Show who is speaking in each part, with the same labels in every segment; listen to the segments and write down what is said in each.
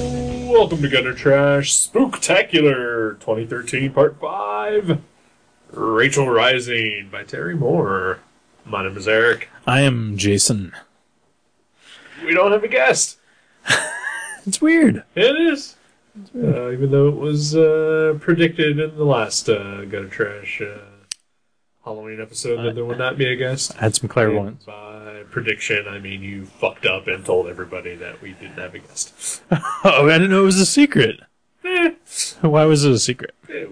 Speaker 1: Welcome to Gutter Trash Spooktacular 2013 Part 5 Rachel Rising by Terry Moore. My name is Eric.
Speaker 2: I am Jason.
Speaker 1: We don't have a guest.
Speaker 2: It's weird.
Speaker 1: It is. Uh, even though it was uh, predicted in the last uh, Gutter Trash uh, Halloween episode that there would not be a guest.
Speaker 2: I had some clairvoyance.
Speaker 1: By prediction, I mean you fucked up and told everybody that we didn't have a guest.
Speaker 2: Oh, I didn't know it was a secret.
Speaker 1: Eh,
Speaker 2: Why was it a secret?
Speaker 1: it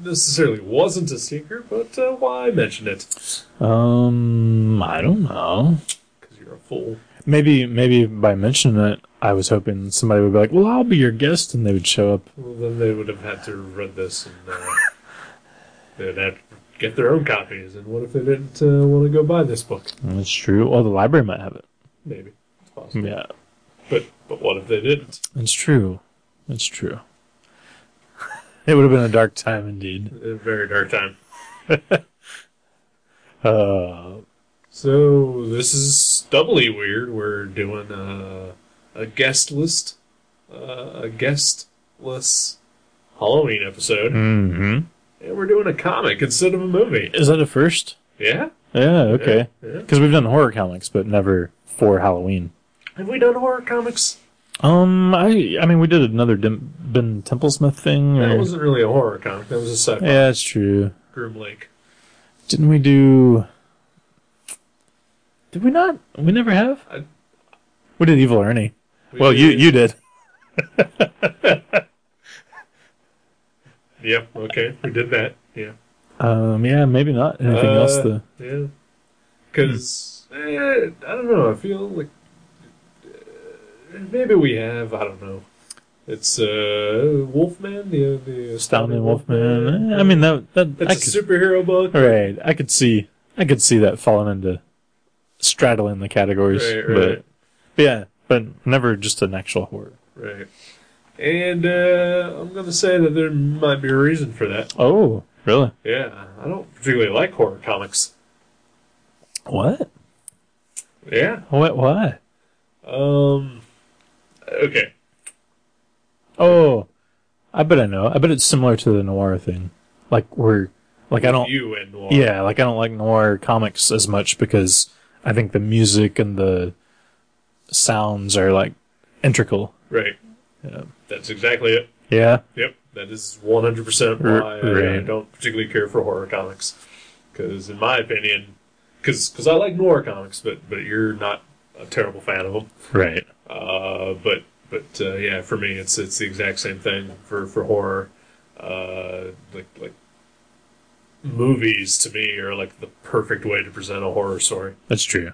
Speaker 1: necessarily wasn't a secret, but uh, why mention it?
Speaker 2: Um, I don't know.
Speaker 1: Because you're a fool.
Speaker 2: Maybe, maybe by mentioning it, I was hoping somebody would be like, "Well, I'll be your guest," and they would show up.
Speaker 1: Well, then they would have had to read this and uh, they'd have to get their own copies. And what if they didn't uh, want to go buy this book?
Speaker 2: That's true. Well, the library might have it.
Speaker 1: Maybe. It's possible.
Speaker 2: Yeah,
Speaker 1: But, but what if they didn't?
Speaker 2: that's true. That's true. it would have been a dark time indeed.
Speaker 1: A very dark time.
Speaker 2: Uh,
Speaker 1: So this is doubly weird. We're doing a, a guest list, uh, a guestless Halloween episode,
Speaker 2: hmm
Speaker 1: and we're doing a comic instead of a movie.
Speaker 2: Is that a first?
Speaker 1: Yeah.
Speaker 2: Yeah. Okay.
Speaker 1: Yeah, yeah.
Speaker 2: Because we've done horror comics, but never for Halloween.
Speaker 1: Have we done horror comics?
Speaker 2: Um, I I mean, we did another Dim- Ben Templesmith thing.
Speaker 1: That
Speaker 2: or-
Speaker 1: wasn't really a horror comic. That was a sci-fi.
Speaker 2: Hmm. yeah, that's true.
Speaker 1: Grim Lake.
Speaker 2: Didn't we do? Did we not? We never have.
Speaker 1: I-
Speaker 2: we did Evil Ernie.
Speaker 1: We
Speaker 2: well, you
Speaker 1: did-
Speaker 2: you did.
Speaker 1: Yep. Okay, we did that. Yeah.
Speaker 2: Um, yeah, maybe not. Anything
Speaker 1: Uh,
Speaker 2: else? The
Speaker 1: Yeah. Because I don't know. I feel like uh, maybe we have. I don't know. It's uh, Wolfman, the the
Speaker 2: Astounding Wolfman. Eh, I mean, that that I
Speaker 1: That's
Speaker 2: could,
Speaker 1: a superhero book.
Speaker 2: right. I could see I could see that falling into straddling the categories,
Speaker 1: Right,
Speaker 2: but,
Speaker 1: right.
Speaker 2: but yeah, but never just an actual horror.
Speaker 1: Right. And uh, I'm gonna say that there might be a reason for that.
Speaker 2: Oh, really?
Speaker 1: Yeah, I don't particularly like horror comics.
Speaker 2: What?
Speaker 1: Yeah.
Speaker 2: What? Why?
Speaker 1: Um. Okay.
Speaker 2: Oh, I bet I know. I bet it's similar to the noir thing. Like we're like I don't.
Speaker 1: You and noir.
Speaker 2: Yeah, like I don't like noir comics as much because I think the music and the sounds are like integral.
Speaker 1: Right.
Speaker 2: Yeah.
Speaker 1: That's exactly it.
Speaker 2: Yeah.
Speaker 1: Yep, that is 100% why
Speaker 2: R-
Speaker 1: I, I
Speaker 2: right.
Speaker 1: don't particularly care for horror comics. Because, in my opinion, because I like noir comics, but, but you're not a terrible fan of them.
Speaker 2: Right.
Speaker 1: Uh, but but uh, yeah, for me, it's it's the exact same thing for, for horror. Uh, like like movies to me are like the perfect way to present a horror story
Speaker 2: That's true.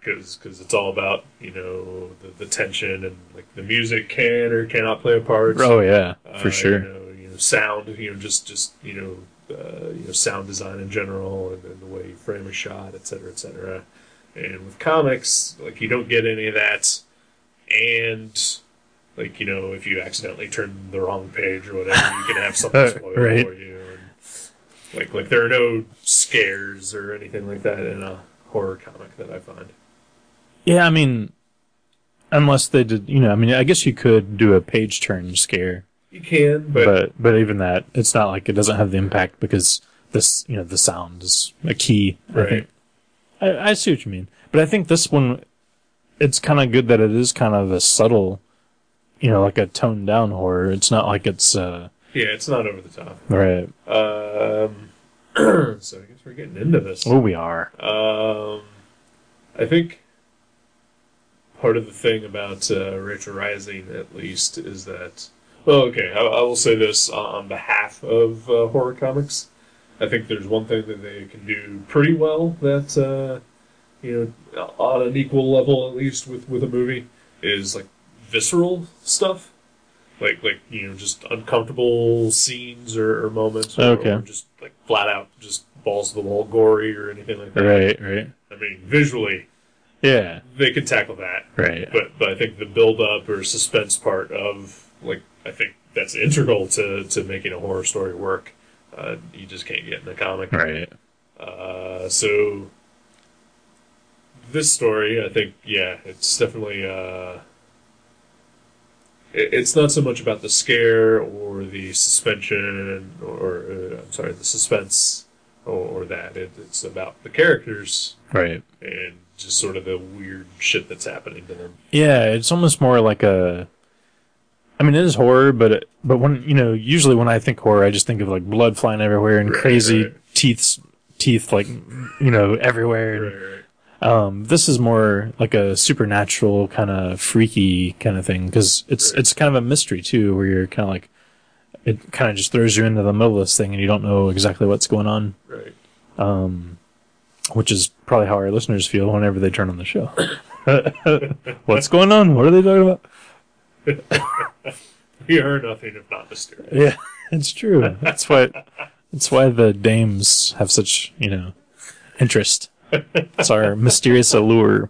Speaker 1: because it's all about you know the, the tension and like the music can or cannot play a part
Speaker 2: Oh yeah, for
Speaker 1: uh,
Speaker 2: sure.
Speaker 1: You know, you know, sound, you know, just just you know, uh, you know, sound design in general, and, and the way you frame a shot, et cetera, et cetera. And with comics, like you don't get any of that, and like you know, if you accidentally turn the wrong page or whatever, you can have something spoiled
Speaker 2: Right.
Speaker 1: for you. And, like like there are no scares or anything like that in a horror comic that I find.
Speaker 2: Yeah, I mean, unless they did, you know, I mean, I guess you could do a page turn scare,
Speaker 1: You can,
Speaker 2: but
Speaker 1: but,
Speaker 2: but, even that, it's not like it doesn't have the impact because this, you know, the sound is a key. I think.
Speaker 1: right,
Speaker 2: I, I see what you mean, but I think this one, it's kind of good that it is kind of a subtle, you know, like a toned down horror. It's not like it's uh
Speaker 1: yeah, it's not over the top.
Speaker 2: right.
Speaker 1: Um, so I guess we're getting into this.
Speaker 2: Oh, we are.
Speaker 1: Um, I think part of the thing about uh, Rachel Rising, at least, is that. Well, okay, I, I will say this on behalf of uh, horror comics. I think there's one thing that they can do pretty well that, uh, you know, on an equal level, at least with, with a movie, is like visceral stuff. Like, like you know, just uncomfortable scenes or, or moments, or,
Speaker 2: Okay.
Speaker 1: or just like flat out, just balls to the wall, gory or anything like that.
Speaker 2: Right, right.
Speaker 1: I mean, visually,
Speaker 2: Yeah,
Speaker 1: they can tackle that,
Speaker 2: right.
Speaker 1: but but I think the build up or suspense part of like I think that's integral to to making a horror story work. Uh, you just can't get in a comic.
Speaker 2: Right.
Speaker 1: Uh, so this story, I think, yeah, it's definitely uh, it- it's not so much about the scare or the suspension or uh, I'm sorry, the suspense or, or that. It, it's about the characters
Speaker 2: Right.
Speaker 1: and just sort of the weird shit that's happening to them.
Speaker 2: Yeah, it's almost more like a. I mean, it is horror, but it, but when you know, usually when I think horror, I just think of like blood flying everywhere and
Speaker 1: Right,
Speaker 2: crazy
Speaker 1: right.
Speaker 2: teeth, teeth like you know everywhere.
Speaker 1: Right, right.
Speaker 2: Um, this is more like a supernatural kind of freaky kind of thing because it's
Speaker 1: Right.
Speaker 2: it's kind of a mystery too, where you're kind of like it kind of just throws you into the middle of this thing and you don't know exactly what's going on,
Speaker 1: Right.
Speaker 2: which is probably how our listeners feel whenever they turn on the show. what's going on? What are they talking about?
Speaker 1: We are nothing if not mysterious.
Speaker 2: Yeah, it's true. That's why. That's why the dames have such you know interest. It's our mysterious allure.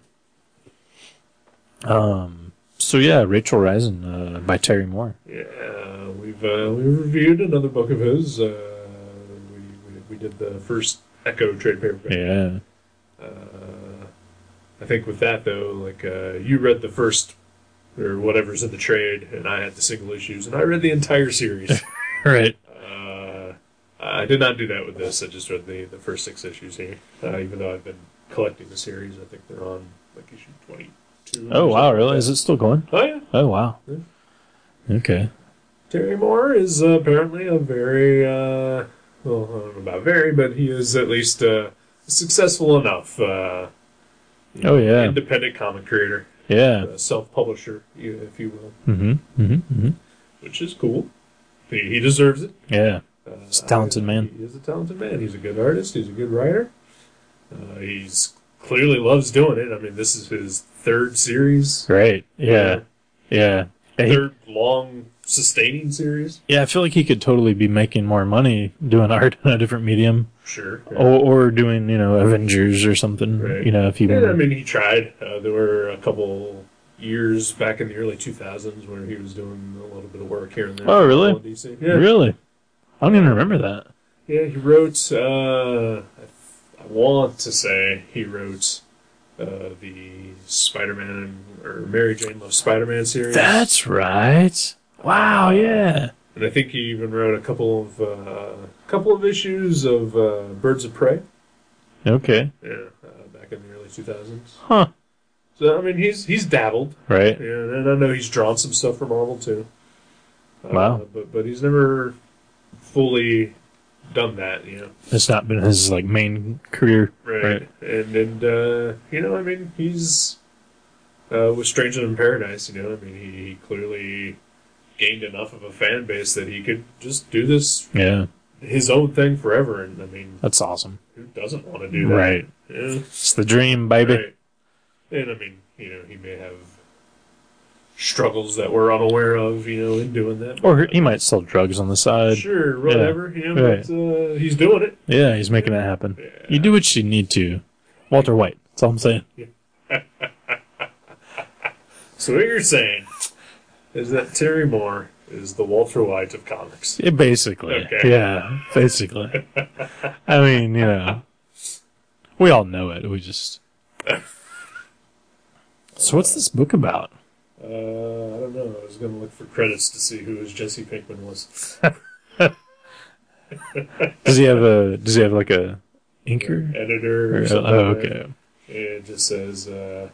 Speaker 2: Um. So yeah, Rachel Risen uh, by Terry Moore.
Speaker 1: Yeah, we've uh, we reviewed another book of his. Uh, we, we we did the first Echo trade paperback.
Speaker 2: Yeah.
Speaker 1: Uh, I think with that though, like uh, you read the first or whatever's in the trade, and I had the single issues, and I read the entire series.
Speaker 2: Right.
Speaker 1: uh, I did not do that with this. I just read the the first six issues here, uh, even though I've been collecting the series. I think they're on like issue twenty two.
Speaker 2: Oh wow, really? Is it still going?
Speaker 1: Oh yeah.
Speaker 2: Oh wow.
Speaker 1: Yeah.
Speaker 2: Okay.
Speaker 1: Terry Moore is uh, apparently a very, uh, well, I don't know about very, but he is at least uh, successful enough. Uh,
Speaker 2: Oh yeah.
Speaker 1: Independent comic creator,
Speaker 2: Yeah.
Speaker 1: uh, self publisher, if you will,
Speaker 2: Mm-hmm. Mm-hmm. mm-hmm.
Speaker 1: which is cool. He, he deserves it.
Speaker 2: Yeah.
Speaker 1: Uh,
Speaker 2: He's a talented
Speaker 1: I-
Speaker 2: man.
Speaker 1: He is a talented man. He's a good artist. He's a good writer. Uh, he's clearly loves doing it. I mean, this is his third series. Uh,
Speaker 2: Great. Yeah. Yeah. Yeah, he-
Speaker 1: Third long sustaining series.
Speaker 2: yeah, I feel like he could totally be making more money doing art in a different medium.
Speaker 1: Sure.
Speaker 2: Oh, or, or doing you know Avengers or something.
Speaker 1: Right.
Speaker 2: You know, if you
Speaker 1: Yeah, I
Speaker 2: wanted-
Speaker 1: mean, he tried. Uh, there were a couple years back in the early 2000s where he was doing a little bit of work here and there.
Speaker 2: Oh, really?
Speaker 1: in DC. Yeah.
Speaker 2: really, I don't even remember that.
Speaker 1: Yeah, he wrote, uh, I, I want to say he wrote uh, the Spider Man or Mary Jane Loves Spider Man series.
Speaker 2: That's right. Wow, yeah,
Speaker 1: and I think he even wrote a couple of uh, couple of issues of uh, Birds of Prey.
Speaker 2: okay,
Speaker 1: Yeah, uh, back in the early 2000s.
Speaker 2: huh?
Speaker 1: So I mean, he's he's dabbled.
Speaker 2: Right,
Speaker 1: Yeah, and I know he's drawn some stuff for Marvel too. Uh,
Speaker 2: Wow.
Speaker 1: But but he's never fully done that, you know.
Speaker 2: it's not been his like main career,
Speaker 1: Right. And and uh, you know, I mean, he's uh, with Stranger Than Paradise. You know, I mean, he, he clearly gained enough of a fan base that he could just do this
Speaker 2: Yeah,
Speaker 1: his own thing forever. And I mean,
Speaker 2: that's awesome.
Speaker 1: who doesn't want to do that?
Speaker 2: Right.
Speaker 1: Yeah.
Speaker 2: It's the dream, baby.
Speaker 1: Right. And I mean, you know, he may have struggles that we're unaware of, you know, in doing that.
Speaker 2: Or he might sell drugs on the side.
Speaker 1: sure, whatever. You know,
Speaker 2: Right.
Speaker 1: but uh, he's doing it.
Speaker 2: Yeah, he's making that happen.
Speaker 1: Yeah.
Speaker 2: You do what you need to. Walter White. That's all I'm saying.
Speaker 1: So what you're saying is that Terry Moore is the Walter White of comics.
Speaker 2: Yeah, basically.
Speaker 1: Okay.
Speaker 2: Yeah, basically. I mean, you know, we all know it. We just. So, what's this book about?
Speaker 1: Uh, I don't know. I was going to look for credits to see who his Jesse Pinkman was.
Speaker 2: Does he have a? Does he have like a inker?
Speaker 1: Editor
Speaker 2: Or-
Speaker 1: or something.
Speaker 2: oh,
Speaker 1: like that.
Speaker 2: okay.
Speaker 1: It just says uh,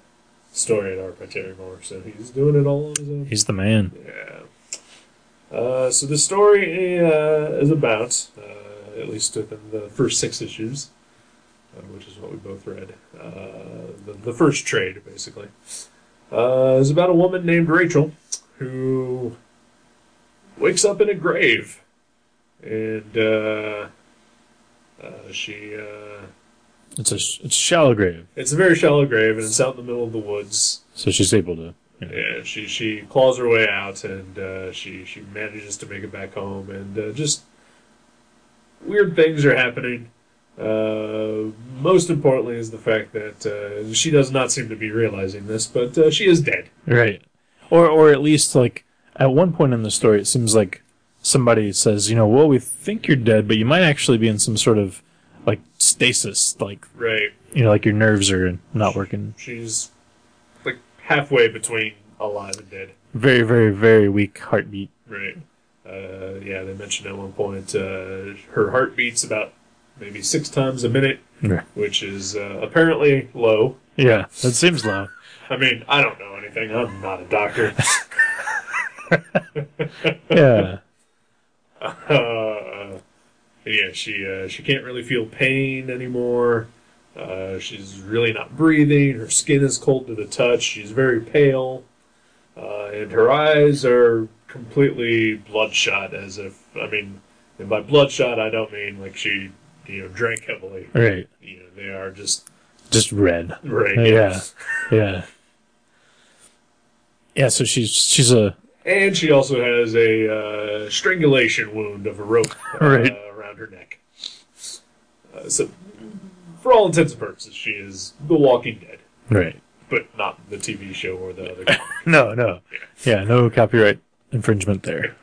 Speaker 1: story and art by Terry Moore. So he's doing it all on his own.
Speaker 2: He's the man.
Speaker 1: Yeah. Uh, so the story uh, is about, uh, at least within the first six issues, uh, which is what we both read, uh, the, the first trade, basically, uh, is about a woman named Rachel who wakes up in a grave. And uh, uh, she. Uh,
Speaker 2: It's a sh- it's a shallow grave,
Speaker 1: it's a very shallow grave, and it's out in the middle of the woods.
Speaker 2: so she's able to.
Speaker 1: Yeah, she she claws her way out and uh, she she manages to make it back home and uh, just weird things are happening. Uh, most importantly is the fact that uh, she does not seem to be realizing this, but uh, she is dead.
Speaker 2: Right. Or or at least like at one point in the story, it seems like somebody says, you know, well, we think you're dead, but you might actually be in some sort of like stasis, like
Speaker 1: Right.
Speaker 2: you know, like your nerves are not working.
Speaker 1: She's like halfway between alive and dead.
Speaker 2: Very, very, very weak heartbeat.
Speaker 1: Right. Uh, yeah, they mentioned at one point uh, her heart beats about maybe six times a minute,
Speaker 2: Yeah.
Speaker 1: which is uh, apparently low.
Speaker 2: Yeah, that seems low.
Speaker 1: I mean, I don't know anything. I'm not a doctor.
Speaker 2: Yeah.
Speaker 1: uh, yeah, she uh, she can't really feel pain anymore. Uh, she's really not breathing. Her skin is cold to the touch. She's very pale, uh, and her eyes are completely bloodshot. As if I mean, and by bloodshot, I don't mean like she you know drank heavily.
Speaker 2: Right.
Speaker 1: You know, they are just
Speaker 2: Just red.
Speaker 1: right.
Speaker 2: Yeah. Yeah. Yeah, so she's she's a
Speaker 1: And she also has a uh, strangulation wound of a rope uh,
Speaker 2: Right.
Speaker 1: around her neck. Uh, so, for all intents and purposes, she is The Walking Dead,
Speaker 2: right.
Speaker 1: but not the TV show or the other.
Speaker 2: No, no. Yeah, no copyright infringement there.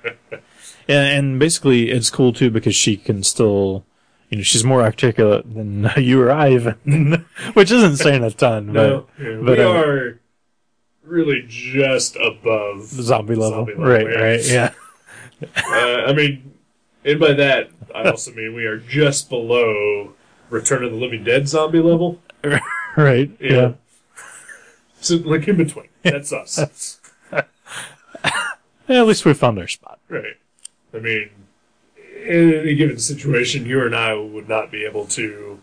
Speaker 2: Yeah, and basically it's cool too because she can still you know, she's more articulate than you or I even which isn't saying a ton,
Speaker 1: no, yeah,
Speaker 2: but,
Speaker 1: we
Speaker 2: uh,
Speaker 1: are really just above.
Speaker 2: but zombie level.
Speaker 1: Zombie level,
Speaker 2: right,
Speaker 1: yeah.
Speaker 2: right, yeah.
Speaker 1: Uh, I mean, and by that, I also mean we are just below Return of the Living Dead zombie level.
Speaker 2: Right.
Speaker 1: Yeah.
Speaker 2: yeah.
Speaker 1: So, like in between. That's us.
Speaker 2: Yeah, at least we found our spot.
Speaker 1: Right. I mean, in any given situation, you and I would not be able to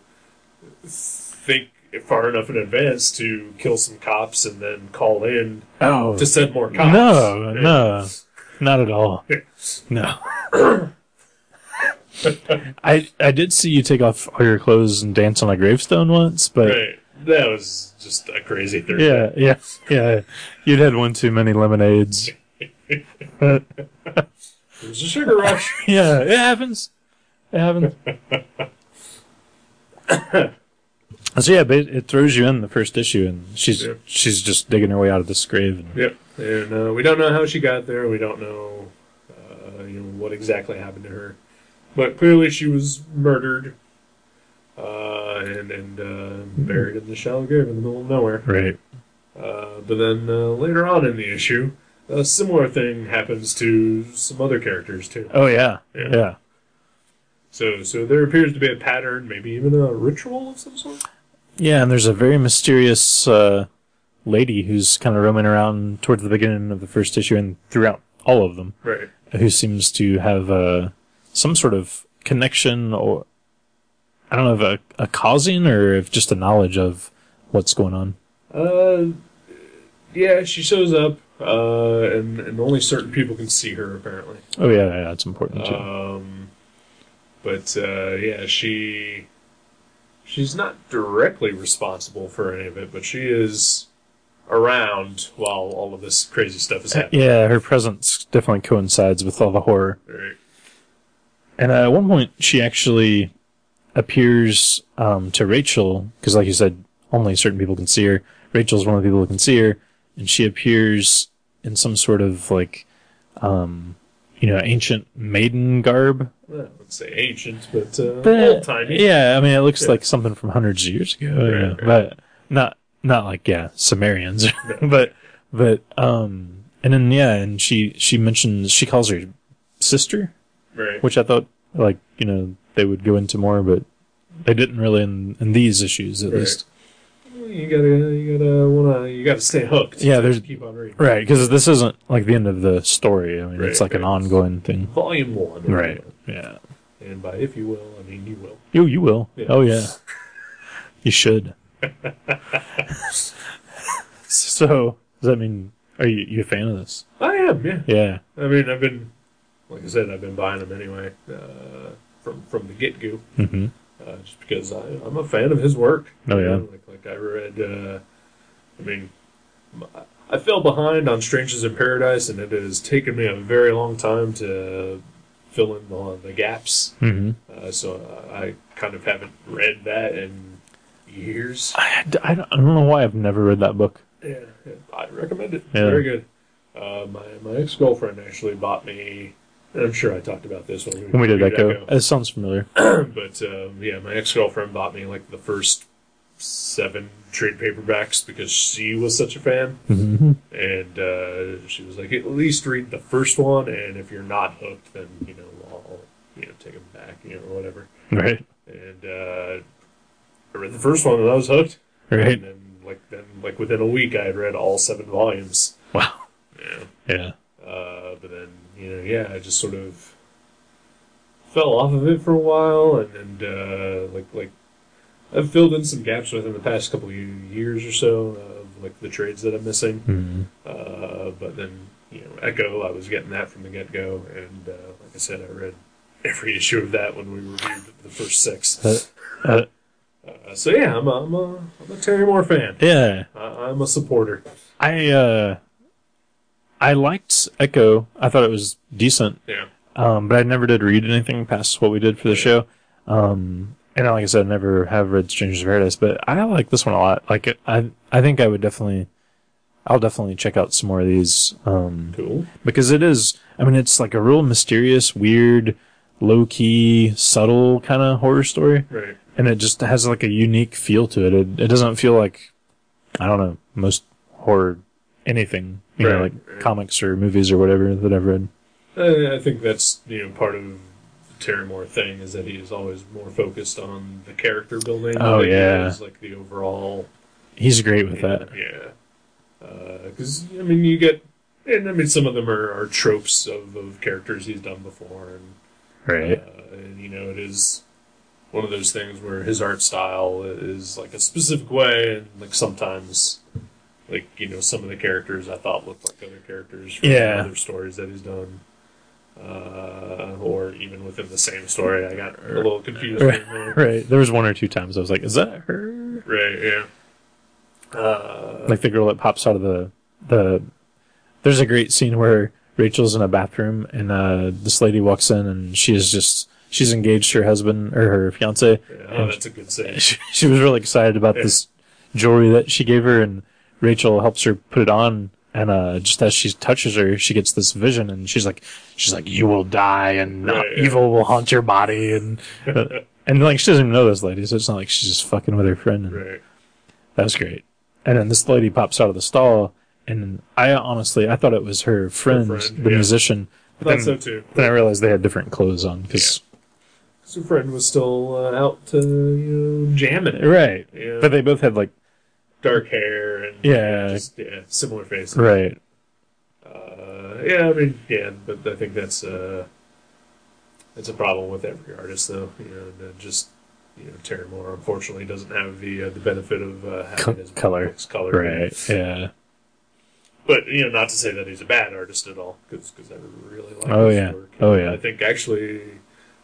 Speaker 1: think far enough in advance to kill some cops and then call in
Speaker 2: Oh,
Speaker 1: to send more cops.
Speaker 2: no,
Speaker 1: Yeah.
Speaker 2: no, not at all. No. I I did see you take off all your clothes and dance on a gravestone once, but
Speaker 1: Right. That was just a crazy thing.
Speaker 2: yeah, yeah, yeah. You'd had one too many lemonades.
Speaker 1: It was a sugar rush.
Speaker 2: Yeah, it happens. It happens. so yeah, but it, it throws you in the first issue, and she's
Speaker 1: Yeah.
Speaker 2: she's just digging her way out of this grave. And,
Speaker 1: yep. And uh, we don't know how she got there. We don't know, uh, you know, what exactly happened to her. But clearly she was murdered uh, and, and uh, buried in the shallow grave in the middle of nowhere.
Speaker 2: Right.
Speaker 1: Uh, but then uh, later on in the issue, a similar thing happens to some other characters too.
Speaker 2: Oh yeah.
Speaker 1: Yeah.
Speaker 2: yeah.
Speaker 1: So, so there appears to be a pattern, maybe even a ritual of some sort.
Speaker 2: Yeah, and there's a very mysterious uh, lady who's kind of roaming around towards the beginning of the first issue and throughout all of them,
Speaker 1: Right.
Speaker 2: who seems to have uh, some sort of connection or I don't know if a, a causing or if just a knowledge of what's going on.
Speaker 1: Uh, yeah, she shows up, uh, and and only certain people can see her apparently.
Speaker 2: Oh yeah, yeah, that's important too.
Speaker 1: Um, but uh, yeah, she she's not directly responsible for any of it, but she is around while all of this crazy stuff is happening.
Speaker 2: yeah, her presence definitely coincides with all the horror.
Speaker 1: Right.
Speaker 2: And uh, at one point, she actually appears um, to Rachel because, like you said, only certain people can see her. Rachel's one of the people who can see her, and she appears in some sort of like, um, you know, ancient maiden garb.
Speaker 1: well, I would say ancient, but, uh,
Speaker 2: But-
Speaker 1: old timey.
Speaker 2: Yeah, I mean, it looks
Speaker 1: Yeah.
Speaker 2: like something from hundreds of years ago, yeah,
Speaker 1: right.
Speaker 2: but not not like yeah, Sumerians, but but um, and then yeah, and she she mentions she calls her sister
Speaker 1: Right.
Speaker 2: which I thought like you know they would go into more, but they didn't really in, in these issues at
Speaker 1: Right.
Speaker 2: least.
Speaker 1: You gotta, you gotta wanna, you gotta stay hooked.
Speaker 2: Yeah, there's-
Speaker 1: keep on reading.
Speaker 2: Right, because this isn't like the end of the story. I mean, it's
Speaker 1: Right,
Speaker 2: like an
Speaker 1: right.
Speaker 2: ongoing thing.
Speaker 1: Volume one.
Speaker 2: Yeah.
Speaker 1: And by if you will, I mean you will.
Speaker 2: You you will.
Speaker 1: Yeah.
Speaker 2: Oh yeah. you should. so does that mean are you you a fan of this?
Speaker 1: I am. Yeah.
Speaker 2: Yeah.
Speaker 1: I mean, I've been, like I said, I've been buying them anyway uh, from from the get go,
Speaker 2: Mm-hmm.
Speaker 1: uh, just because I, I'm a fan of his work.
Speaker 2: Oh, yeah.
Speaker 1: Like like I read. Uh, I mean, m- I fell behind on Strangers in Paradise, and it has taken me a very long time to fill in the, the gaps.
Speaker 2: Mm-hmm.
Speaker 1: Uh, so I kind of haven't read that in years.
Speaker 2: I, I don't I don't know why I've never read that book.
Speaker 1: Yeah, yeah, I recommend it.
Speaker 2: Yeah.
Speaker 1: Very good. Uh, my my ex girlfriend actually bought me. and I'm sure I talked about this when we,
Speaker 2: When we did
Speaker 1: reviewed
Speaker 2: Echo, it sounds familiar.
Speaker 1: Echo. But um, yeah, my ex girlfriend bought me like the first seven trade paperbacks because she was such a fan.
Speaker 2: Mm-hmm.
Speaker 1: And uh, she was like, at least read the first one, and if you're not hooked, then, you know, I'll, you know, take them back, you know, or whatever.
Speaker 2: Right.
Speaker 1: And uh, I read the first one, and I was hooked.
Speaker 2: Right.
Speaker 1: And then, like, then, like, within a week, I had read all seven volumes.
Speaker 2: Wow.
Speaker 1: Yeah.
Speaker 2: Yeah.
Speaker 1: Uh, but then, you know, yeah, I just sort of fell off of it for a while, and, and uh, like, like I've filled in some gaps within the past couple of years or so of like the trades that I'm missing.
Speaker 2: Mm-hmm.
Speaker 1: Uh, but then, you know, Echo, I was getting that from the get go, and uh, like I said, I read every issue of that when we reviewed the first six.
Speaker 2: Uh, uh.
Speaker 1: Uh, so yeah, I'm a, I'm a, I'm a Terry Moore fan.
Speaker 2: Yeah.
Speaker 1: I, I'm a supporter.
Speaker 2: I uh I liked Echo. I thought it was decent.
Speaker 1: Yeah.
Speaker 2: Um, but I never did read anything past what we did for the show. Um, and like I said, I never have read Strangers of Paradise, but I like this one a lot. Like it, I, I think I would definitely, I'll definitely check out some more of these. Um,
Speaker 1: Cool.
Speaker 2: because it is, I mean, it's like a real mysterious, weird, low key, subtle kind of horror story,
Speaker 1: Right.
Speaker 2: and it just has like a unique feel to it. It, it doesn't feel like, I don't know, most horror anything, you know,
Speaker 1: Right,
Speaker 2: like
Speaker 1: right.
Speaker 2: comics or movies or whatever that I've read.
Speaker 1: Uh, I think that's you know part of the Terry Moore thing is that he is always more focused on the character building.
Speaker 2: Oh,
Speaker 1: than he
Speaker 2: yeah.
Speaker 1: is, like the overall.
Speaker 2: He's great with that.
Speaker 1: Yeah. Because I mean, you get, and I mean, some of them are, are tropes of, of characters he's done before, and
Speaker 2: Right.
Speaker 1: Uh, and you know, it is one of those things where his art style is like a specific way, and like sometimes, like you know, some of the characters I thought looked like other characters from
Speaker 2: Yeah.
Speaker 1: other stories that he's done, uh, or even within the same story. I got a little confused.
Speaker 2: Right.
Speaker 1: Right,
Speaker 2: Right. There was one or two times I was like, is that her?
Speaker 1: right yeah. Uh,
Speaker 2: Like the girl that pops out of the the there's a great scene where Rachel's in a bathroom and uh this lady walks in and she is just she's engaged to her husband or her fiance.
Speaker 1: yeah, oh, that's a good scene.
Speaker 2: She, she was really excited about
Speaker 1: Yeah.
Speaker 2: this jewelry that she gave her and Rachel helps her put it on and uh just as she touches her she gets this vision and she's like she's like you will die and uh,
Speaker 1: Right, yeah.
Speaker 2: evil will haunt your body and uh, and like she doesn't even know this lady so it's not like she's just fucking with her friend and
Speaker 1: Right.
Speaker 2: that was great. And then this lady pops out of the stall, and I honestly I thought it was her friend,
Speaker 1: friend,
Speaker 2: the
Speaker 1: yeah.
Speaker 2: musician. But
Speaker 1: Thought
Speaker 2: then,
Speaker 1: so too.
Speaker 2: then I realized they had different clothes on because
Speaker 1: Because her friend was still uh, out to you know, jamming it.
Speaker 2: right,
Speaker 1: Yeah.
Speaker 2: but they both had like
Speaker 1: dark hair and
Speaker 2: Yeah.
Speaker 1: just, yeah, similar face.
Speaker 2: right,
Speaker 1: Uh, yeah, I mean, yeah, but I think that's uh, that's a problem with every artist, though. You know, and, uh, just you know, Terry Moore unfortunately doesn't have the uh, the benefit of uh, having
Speaker 2: Co-
Speaker 1: his
Speaker 2: color.
Speaker 1: books colored.
Speaker 2: right, yeah,
Speaker 1: But you know, not to say that he's a bad artist at all, because I really like
Speaker 2: Oh,
Speaker 1: his
Speaker 2: yeah.
Speaker 1: work.
Speaker 2: Oh, yeah.
Speaker 1: I think actually,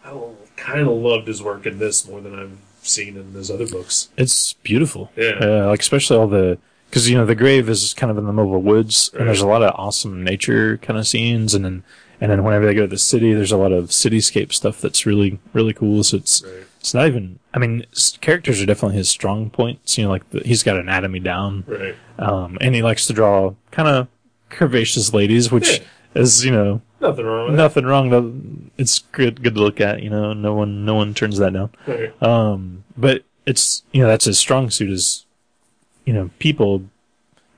Speaker 1: I kind of loved his work in this more than I've seen in his other books.
Speaker 2: it's beautiful.
Speaker 1: Yeah.
Speaker 2: Uh, like especially all the because you know the grave is kind of in the middle of the woods,
Speaker 1: Right.
Speaker 2: and there's a lot of awesome nature kind of scenes, and then and then whenever they go to the city, there's a lot of cityscape stuff that's really really cool. So it's
Speaker 1: Right.
Speaker 2: it's not even i mean s- characters are definitely his strong points you know like the, he's got anatomy down
Speaker 1: Right.
Speaker 2: um, and he likes to draw kind of curvaceous ladies which
Speaker 1: Yeah.
Speaker 2: is you know
Speaker 1: Nothing wrong with
Speaker 2: nothing wrong to, it's good good to look at you know no one no one turns that down
Speaker 1: that. Right.
Speaker 2: um, but it's you know that's his strong suit is you know people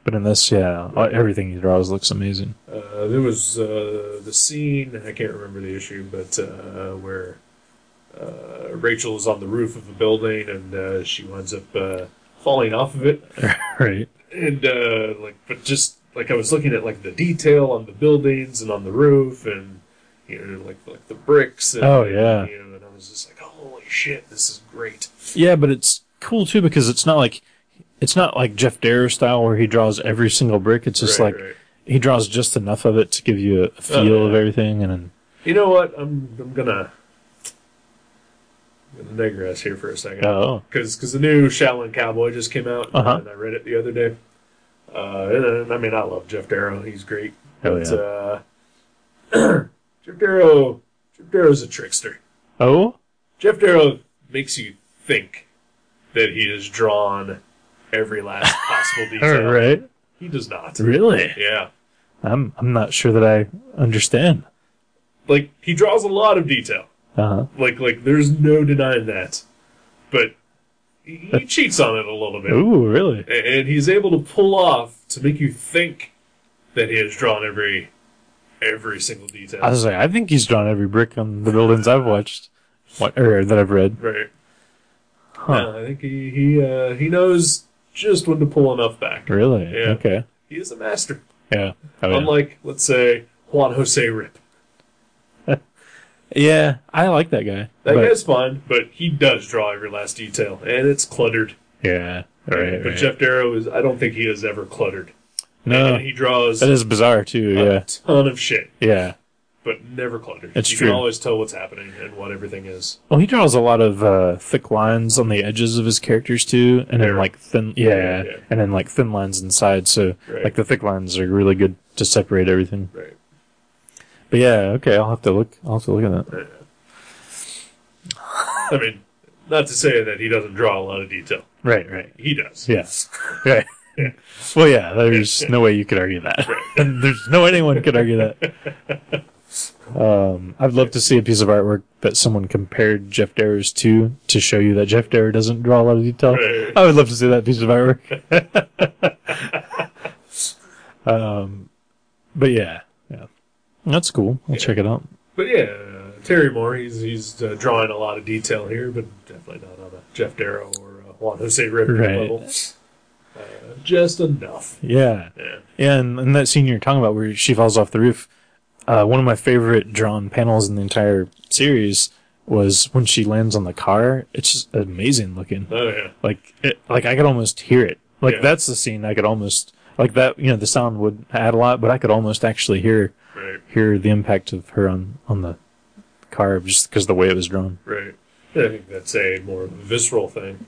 Speaker 2: but in this yeah all- everything he draws looks amazing
Speaker 1: Uh, there was uh, the scene, I can't remember the issue, but uh, where uh, Rachel is on the roof of a building and uh, she winds up uh, falling off of it.
Speaker 2: right
Speaker 1: And, uh, like, but just, like, I was looking at, like, the detail on the buildings and on the roof and, you know, like, like the bricks. And,
Speaker 2: Oh, yeah.
Speaker 1: You know, and I was just like, holy shit, this is great.
Speaker 2: Yeah, but it's cool too because it's not like it's not like Jeff Darrow style where he draws every single brick. It's just
Speaker 1: Right,
Speaker 2: like
Speaker 1: right.
Speaker 2: he draws just enough of it to give you a a feel
Speaker 1: yeah.
Speaker 2: of everything, and then
Speaker 1: You know what? I'm, I'm gonna, I'm gonna digress here for a second.
Speaker 2: oh,
Speaker 1: because the new Shaolin Cowboy just came out,
Speaker 2: Uh-huh.
Speaker 1: and I read it the other day. Uh, and, and, I mean, I love Jeff Darrow; he's great.
Speaker 2: Hell
Speaker 1: but
Speaker 2: yeah.
Speaker 1: uh, Jeff Darrow, Jeff Darrow's a trickster.
Speaker 2: oh,
Speaker 1: Jeff Darrow makes you think that he has drawn every last possible
Speaker 2: all
Speaker 1: detail.
Speaker 2: right,
Speaker 1: He does not.
Speaker 2: really?
Speaker 1: Yeah,
Speaker 2: I'm I'm not sure that I understand.
Speaker 1: like he draws a lot of detail.
Speaker 2: Uh huh.
Speaker 1: Like, like there's no denying that. But He, he cheats on it a little bit.
Speaker 2: Ooh, really?
Speaker 1: A- And he's able to pull off to make you think that he has drawn every every single detail.
Speaker 2: I was like, I think he's drawn every brick on the buildings I've watched, what, or that I've read.
Speaker 1: right.
Speaker 2: Huh?
Speaker 1: No, I think he he uh, he knows just when to pull enough back.
Speaker 2: Really?
Speaker 1: Yeah.
Speaker 2: Okay.
Speaker 1: He is a master.
Speaker 2: Yeah. Oh, yeah.
Speaker 1: Unlike, let's say, Juan Jose Rip.
Speaker 2: yeah, I like that guy.
Speaker 1: That
Speaker 2: but-
Speaker 1: guy's fine, but he does draw every last detail, and it's cluttered.
Speaker 2: Yeah. Right.
Speaker 1: but
Speaker 2: right.
Speaker 1: Jeff Darrow is, I don't think he is ever cluttered.
Speaker 2: no,
Speaker 1: and he draws
Speaker 2: that is bizarre too.
Speaker 1: a
Speaker 2: Yeah.
Speaker 1: ton of shit,
Speaker 2: Yeah.
Speaker 1: but never cluttered.
Speaker 2: That's
Speaker 1: you
Speaker 2: true.
Speaker 1: can always tell what's happening and what everything is.
Speaker 2: Well, he draws a lot of uh, thick lines on the edges of his characters too, and then
Speaker 1: There.
Speaker 2: like thin, yeah,
Speaker 1: Yeah.
Speaker 2: and then like thin lines inside. So
Speaker 1: Right.
Speaker 2: like the thick lines are really good to separate everything.
Speaker 1: Right.
Speaker 2: But yeah, okay, I'll have to look. I'll have to look at that.
Speaker 1: I mean, not to say that he doesn't draw a lot of detail.
Speaker 2: Right, right.
Speaker 1: He does.
Speaker 2: Yes. Right. Well, yeah. There's no way you could argue that. and there's no way anyone could argue that. Um, I'd love to see a piece of artwork that someone compared Jeff Darrow's to to show you that Jeff Darrow doesn't draw a lot of detail.
Speaker 1: Right.
Speaker 2: I would love to see that piece of artwork. um, but yeah, yeah, that's cool. I'll check it out.
Speaker 1: But yeah, uh, Terry Moore, he's he's uh, drawing a lot of detail here, but definitely not on a Jeff Darrow or uh, Juan Jose Ripper
Speaker 2: Right.
Speaker 1: level. Uh, just enough.
Speaker 2: Yeah,
Speaker 1: Yeah.
Speaker 2: yeah, and, and that scene you're talking about where she falls off the roof. Uh, one of my favorite drawn panels in the entire series was when she lands on the car. It's just amazing looking.
Speaker 1: Oh yeah.
Speaker 2: like it, like I could almost hear it. Like
Speaker 1: Yeah.
Speaker 2: that's the scene I could almost like that. You know, the sound would add a lot, but I could almost actually hear
Speaker 1: Right.
Speaker 2: hear the impact of her on on the car just because the way it was drawn.
Speaker 1: Right. I think that's a more visceral thing,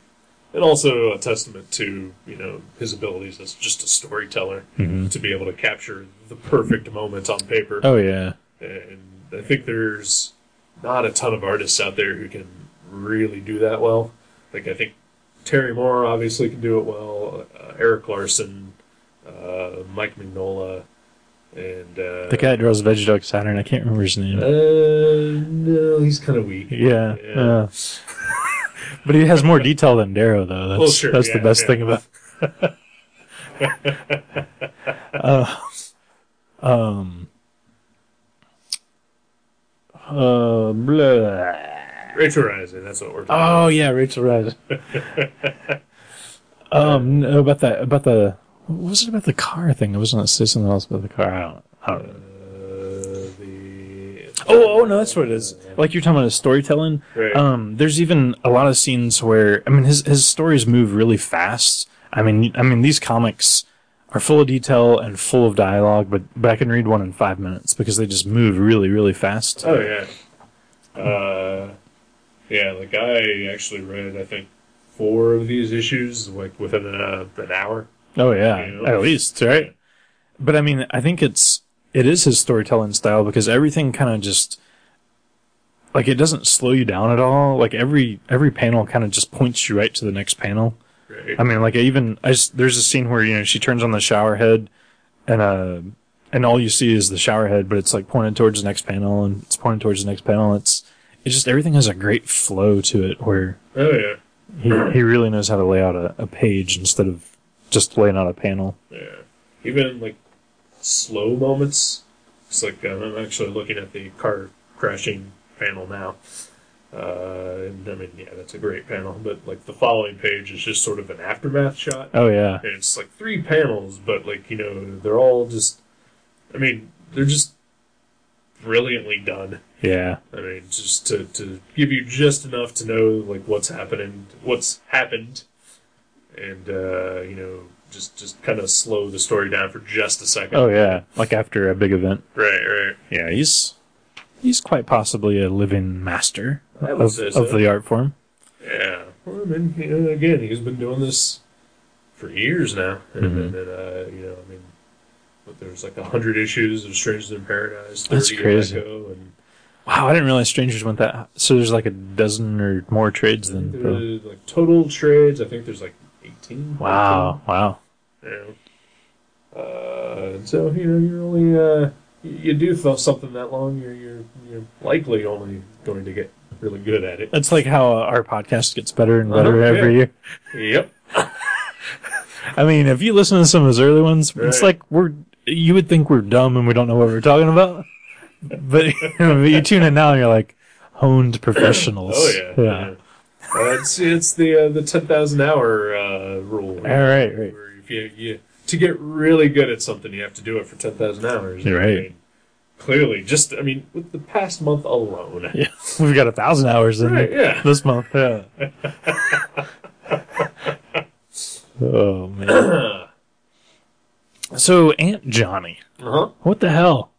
Speaker 1: and also a testament to you know his abilities as just a storyteller
Speaker 2: Mhm.
Speaker 1: to be able to capture the perfect moment on paper.
Speaker 2: Oh yeah,
Speaker 1: And I think there's not a ton of artists out there who can really do that well. Like I think Terry Moore obviously can do it well. Uh, Eric Larson, uh, Mike Mignola, and uh,
Speaker 2: the guy that draws Veggie Saturn. I can't remember his name.
Speaker 1: Uh, no, he's kind of weak.
Speaker 2: yeah,
Speaker 1: yeah.
Speaker 2: uh, but he has more detail than Darrow though. That's
Speaker 1: sure,
Speaker 2: that's the
Speaker 1: yeah,
Speaker 2: best
Speaker 1: yeah.
Speaker 2: thing about. uh, um. Uh, blah.
Speaker 1: Rachel Rising, that's what we're talking about.
Speaker 2: Oh yeah, Rachel Red. um, no, about that, about the what was it about the car thing? I was going to say something else about the car. I don't. I don't know.
Speaker 1: Uh, the
Speaker 2: Oh, oh no, that's what it is. Like you're talking about his storytelling.
Speaker 1: Right.
Speaker 2: Um, there's even a lot of scenes where I mean his his stories move really fast. I mean, I mean these comics are full of detail and full of dialogue, but but I can read one in five minutes because they just move really really fast.
Speaker 1: oh yeah, uh, yeah. Like I actually read, I think four of these issues like within uh, an hour.
Speaker 2: Oh yeah,
Speaker 1: You know?
Speaker 2: at least right. But I mean, I think it's it is his storytelling style because everything kind of just like it doesn't slow you down at all. Like every every panel kind of just points you right to the next panel.
Speaker 1: Right.
Speaker 2: I mean, like I even I just, there's a scene where you know she turns on the shower head and uh and all you see is the shower head, but it's like pointed towards the next panel and it's pointed towards the next panel. It's it's just everything has a great flow to it where
Speaker 1: oh yeah,
Speaker 2: he, he really knows how to lay out a, a page instead of just laying out a panel.
Speaker 1: yeah. Even like slow moments. It's like uh, I'm actually looking at the car crashing panel now. Uh, and, I mean, yeah, that's a great panel, but like the following page is just sort of an aftermath shot.
Speaker 2: Oh yeah.
Speaker 1: And it's like three panels, but like you know, they're all just. I mean, they're just brilliantly done.
Speaker 2: Yeah,
Speaker 1: I mean, just to to give you just enough to know like what's happening, what's happened, and uh, you know, just just kind of slow the story down for just a second.
Speaker 2: Oh yeah, like after a big event.
Speaker 1: Right,
Speaker 2: Yeah, he's he's quite possibly a living master
Speaker 1: I would
Speaker 2: of,
Speaker 1: say so.
Speaker 2: of the art form.
Speaker 1: right, yeah. Well, I mean, you know, again, he's been doing this for years now, and,
Speaker 2: Mhm.
Speaker 1: and, uh, you know, I mean, but there's like hundred issues of Strangers in Paradise, 30
Speaker 2: That's
Speaker 1: of
Speaker 2: crazy.
Speaker 1: Echo, and
Speaker 2: Wow, I didn't realize Strangers went that. So there's like a dozen or more trades
Speaker 1: I think
Speaker 2: then. bro.
Speaker 1: there's like total trades. I think there's like eighteen.
Speaker 2: Wow, wow.
Speaker 1: You know. Uh, so you know you're only uh, you do th- something that long, you're you're you're likely only going to get really good at it.
Speaker 2: That's like how uh, our podcast gets better and better
Speaker 1: Uh-huh,
Speaker 2: every
Speaker 1: yeah.
Speaker 2: year.
Speaker 1: Yep.
Speaker 2: I mean, if you listen to some of those early ones, it's
Speaker 1: Right.
Speaker 2: like we're you would think we're dumb and we don't know what we're talking about. But, but you tune in now and you're like honed professionals.
Speaker 1: Oh yeah. Uh, it's it's the uh, the ten thousand hour uh, rule.
Speaker 2: All right, right.
Speaker 1: Where if you, you to get really good at something, you have to do it for ten thousand hours.
Speaker 2: You're right.
Speaker 1: I mean, clearly, just I mean, with the past month alone.
Speaker 2: Yeah. We've got a thousand hours in
Speaker 1: Right, yeah.
Speaker 2: this month. Yeah. oh man.
Speaker 1: uh
Speaker 2: So Aunt Johnny.
Speaker 1: huh.
Speaker 2: What the hell?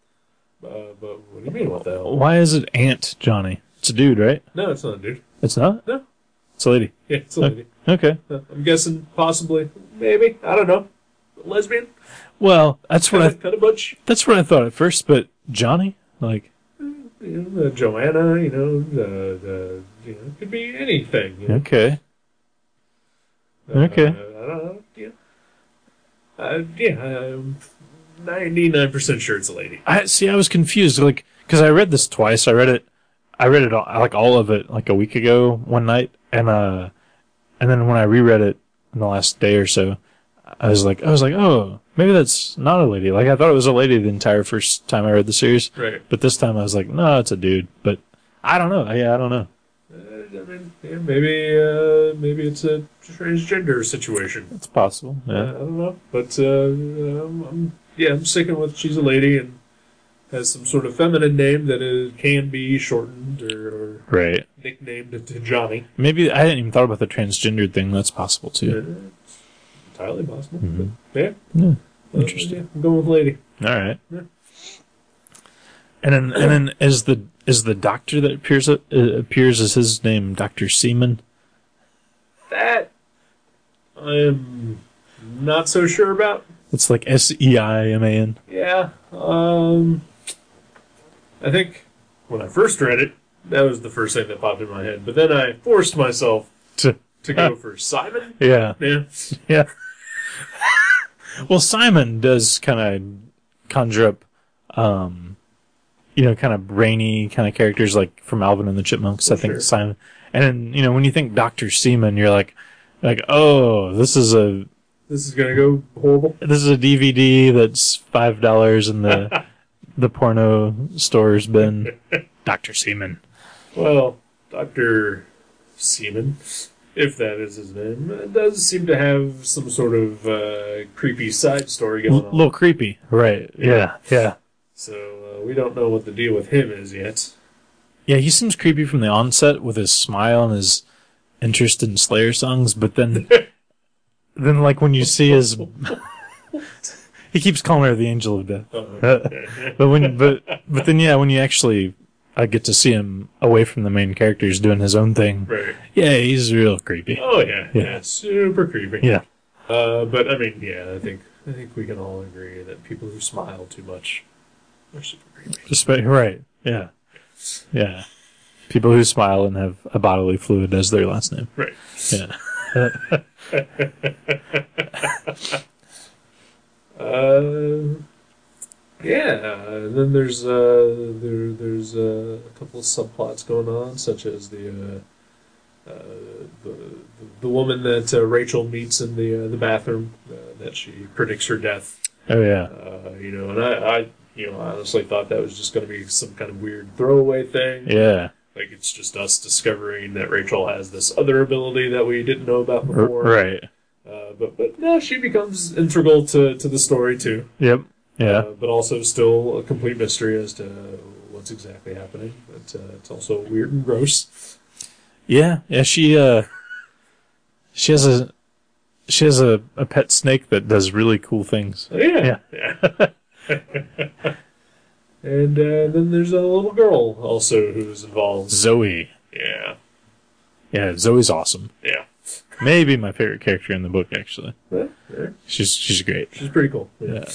Speaker 1: Uh-huh. Uh, but what do you mean? What the hell?
Speaker 2: Why is it Aunt Johnny? It's a dude, right?
Speaker 1: No, it's not a dude.
Speaker 2: It's not?
Speaker 1: No.
Speaker 2: It's a lady.
Speaker 1: Yeah, it's a lady.
Speaker 2: Okay.
Speaker 1: Uh, I'm guessing, possibly, maybe. I don't know. Lesbian,
Speaker 2: Well, that's what
Speaker 1: kind
Speaker 2: I
Speaker 1: of, kind of butch.
Speaker 2: that's what I thought at first, but Johnny? Like
Speaker 1: You know, uh, Joanna. You know, the the you know, it could be anything. You know?
Speaker 2: Okay.
Speaker 1: Uh,
Speaker 2: Okay.
Speaker 1: I don't know. Yeah. Uh, yeah, I'm 99% sure it's a lady.
Speaker 2: I see. I was confused, like because I read this twice. I read it, I read it all, like all of it, like a week ago one night, and uh, and then when I reread it in the last day or so, I was like, I was like, oh, maybe that's not a lady. Like I thought it was a lady the entire first time I read the series,
Speaker 1: Right.
Speaker 2: but this time I was like, no, it's a dude. But I don't know. Yeah, I don't know.
Speaker 1: Uh, I mean, yeah, maybe uh, maybe it's a transgender situation.
Speaker 2: It's possible.
Speaker 1: Uh, I
Speaker 2: Yeah.
Speaker 1: don't know, but uh, I'm, I'm yeah, I'm sticking with she's a lady and has some sort of feminine name that is, can be shortened or, or
Speaker 2: Right.
Speaker 1: nicknamed to Johnny.
Speaker 2: Maybe I hadn't even thought about the transgendered thing. That's possible too.
Speaker 1: Uh, it's entirely possible.
Speaker 2: Mhm.
Speaker 1: But, yeah.
Speaker 2: Yeah.
Speaker 1: Uh,
Speaker 2: Interesting.
Speaker 1: yeah, I'm going with lady.
Speaker 2: All right.
Speaker 1: Yeah.
Speaker 2: And then, and then, is the is the doctor that appears uh, appears as his name Doctor Seaman?
Speaker 1: That I'm not so sure about.
Speaker 2: It's like S E I M A N.
Speaker 1: Yeah. Um, I think when I first read it, that was the first thing that popped in my head. But then I forced myself to go
Speaker 2: Ah.
Speaker 1: for Simon.
Speaker 2: Yeah,
Speaker 1: Yeah.
Speaker 2: yeah. well, Simon does kind of conjure up, um, you know, kind of brainy kind of characters like from Alvin and the Chipmunks. I
Speaker 1: For
Speaker 2: think
Speaker 1: Oh, sure.
Speaker 2: Simon, and then you know when you think Doctor Seaman, you're like, like oh, this is a
Speaker 1: This is gonna go horrible.
Speaker 2: This is a DVD that's five dollars in the the porno store's bin. Doctor Seaman.
Speaker 1: Well, Doctor Seaman, if that is his name, uh, does seem to have some sort of uh, creepy side story
Speaker 2: A
Speaker 1: going on.
Speaker 2: little creepy, right? Yeah, yeah,
Speaker 1: So uh, we don't know what the deal with him is yet.
Speaker 2: yeah. He seems creepy from the onset with his smile and his interest in Slayer songs, but then then like when you see his, he keeps calling her the Angel of Death.
Speaker 1: Uh-oh.
Speaker 2: But when but but then yeah, when you actually I get to see him away from the main characters doing his own thing.
Speaker 1: right.
Speaker 2: Yeah, he's real creepy.
Speaker 1: Oh yeah,
Speaker 2: Yeah.
Speaker 1: yeah, super creepy.
Speaker 2: Yeah.
Speaker 1: Uh, but I mean, yeah, I think I think we can all agree that people who smile too much are super creepy.
Speaker 2: Despite, right. Yeah. Yeah. People who smile and have a bodily fluid as their last name.
Speaker 1: Right.
Speaker 2: Yeah.
Speaker 1: Uh, yeah. And then there's uh, there there's uh, a couple of subplots going on, such as the uh, uh, the the woman that uh, Rachel meets in the uh, the bathroom uh, that she predicts her death.
Speaker 2: Oh yeah.
Speaker 1: Uh, you know, and I, I, you know, I honestly thought that was just going to be some kind of weird throwaway thing.
Speaker 2: Yeah.
Speaker 1: Like it's just us discovering that Rachel has this other ability that we didn't know about
Speaker 2: R-
Speaker 1: before.
Speaker 2: right.
Speaker 1: Uh, but but no, she becomes integral to to the story too.
Speaker 2: Yep. Yeah.
Speaker 1: Uh, but also still a complete mystery as to what's exactly happening. But uh, it's also weird and gross.
Speaker 2: yeah. Yeah. She uh she has a she has a, a pet snake that does really cool things.
Speaker 1: Oh, Yeah. yeah. and uh, then there's a little girl also who's involved.
Speaker 2: Zoe.
Speaker 1: Yeah.
Speaker 2: Yeah, Zoe's awesome.
Speaker 1: Yeah.
Speaker 2: Maybe my favorite character in the book actually.
Speaker 1: Well, yeah.
Speaker 2: She's she's great.
Speaker 1: She's pretty cool.
Speaker 2: Yeah.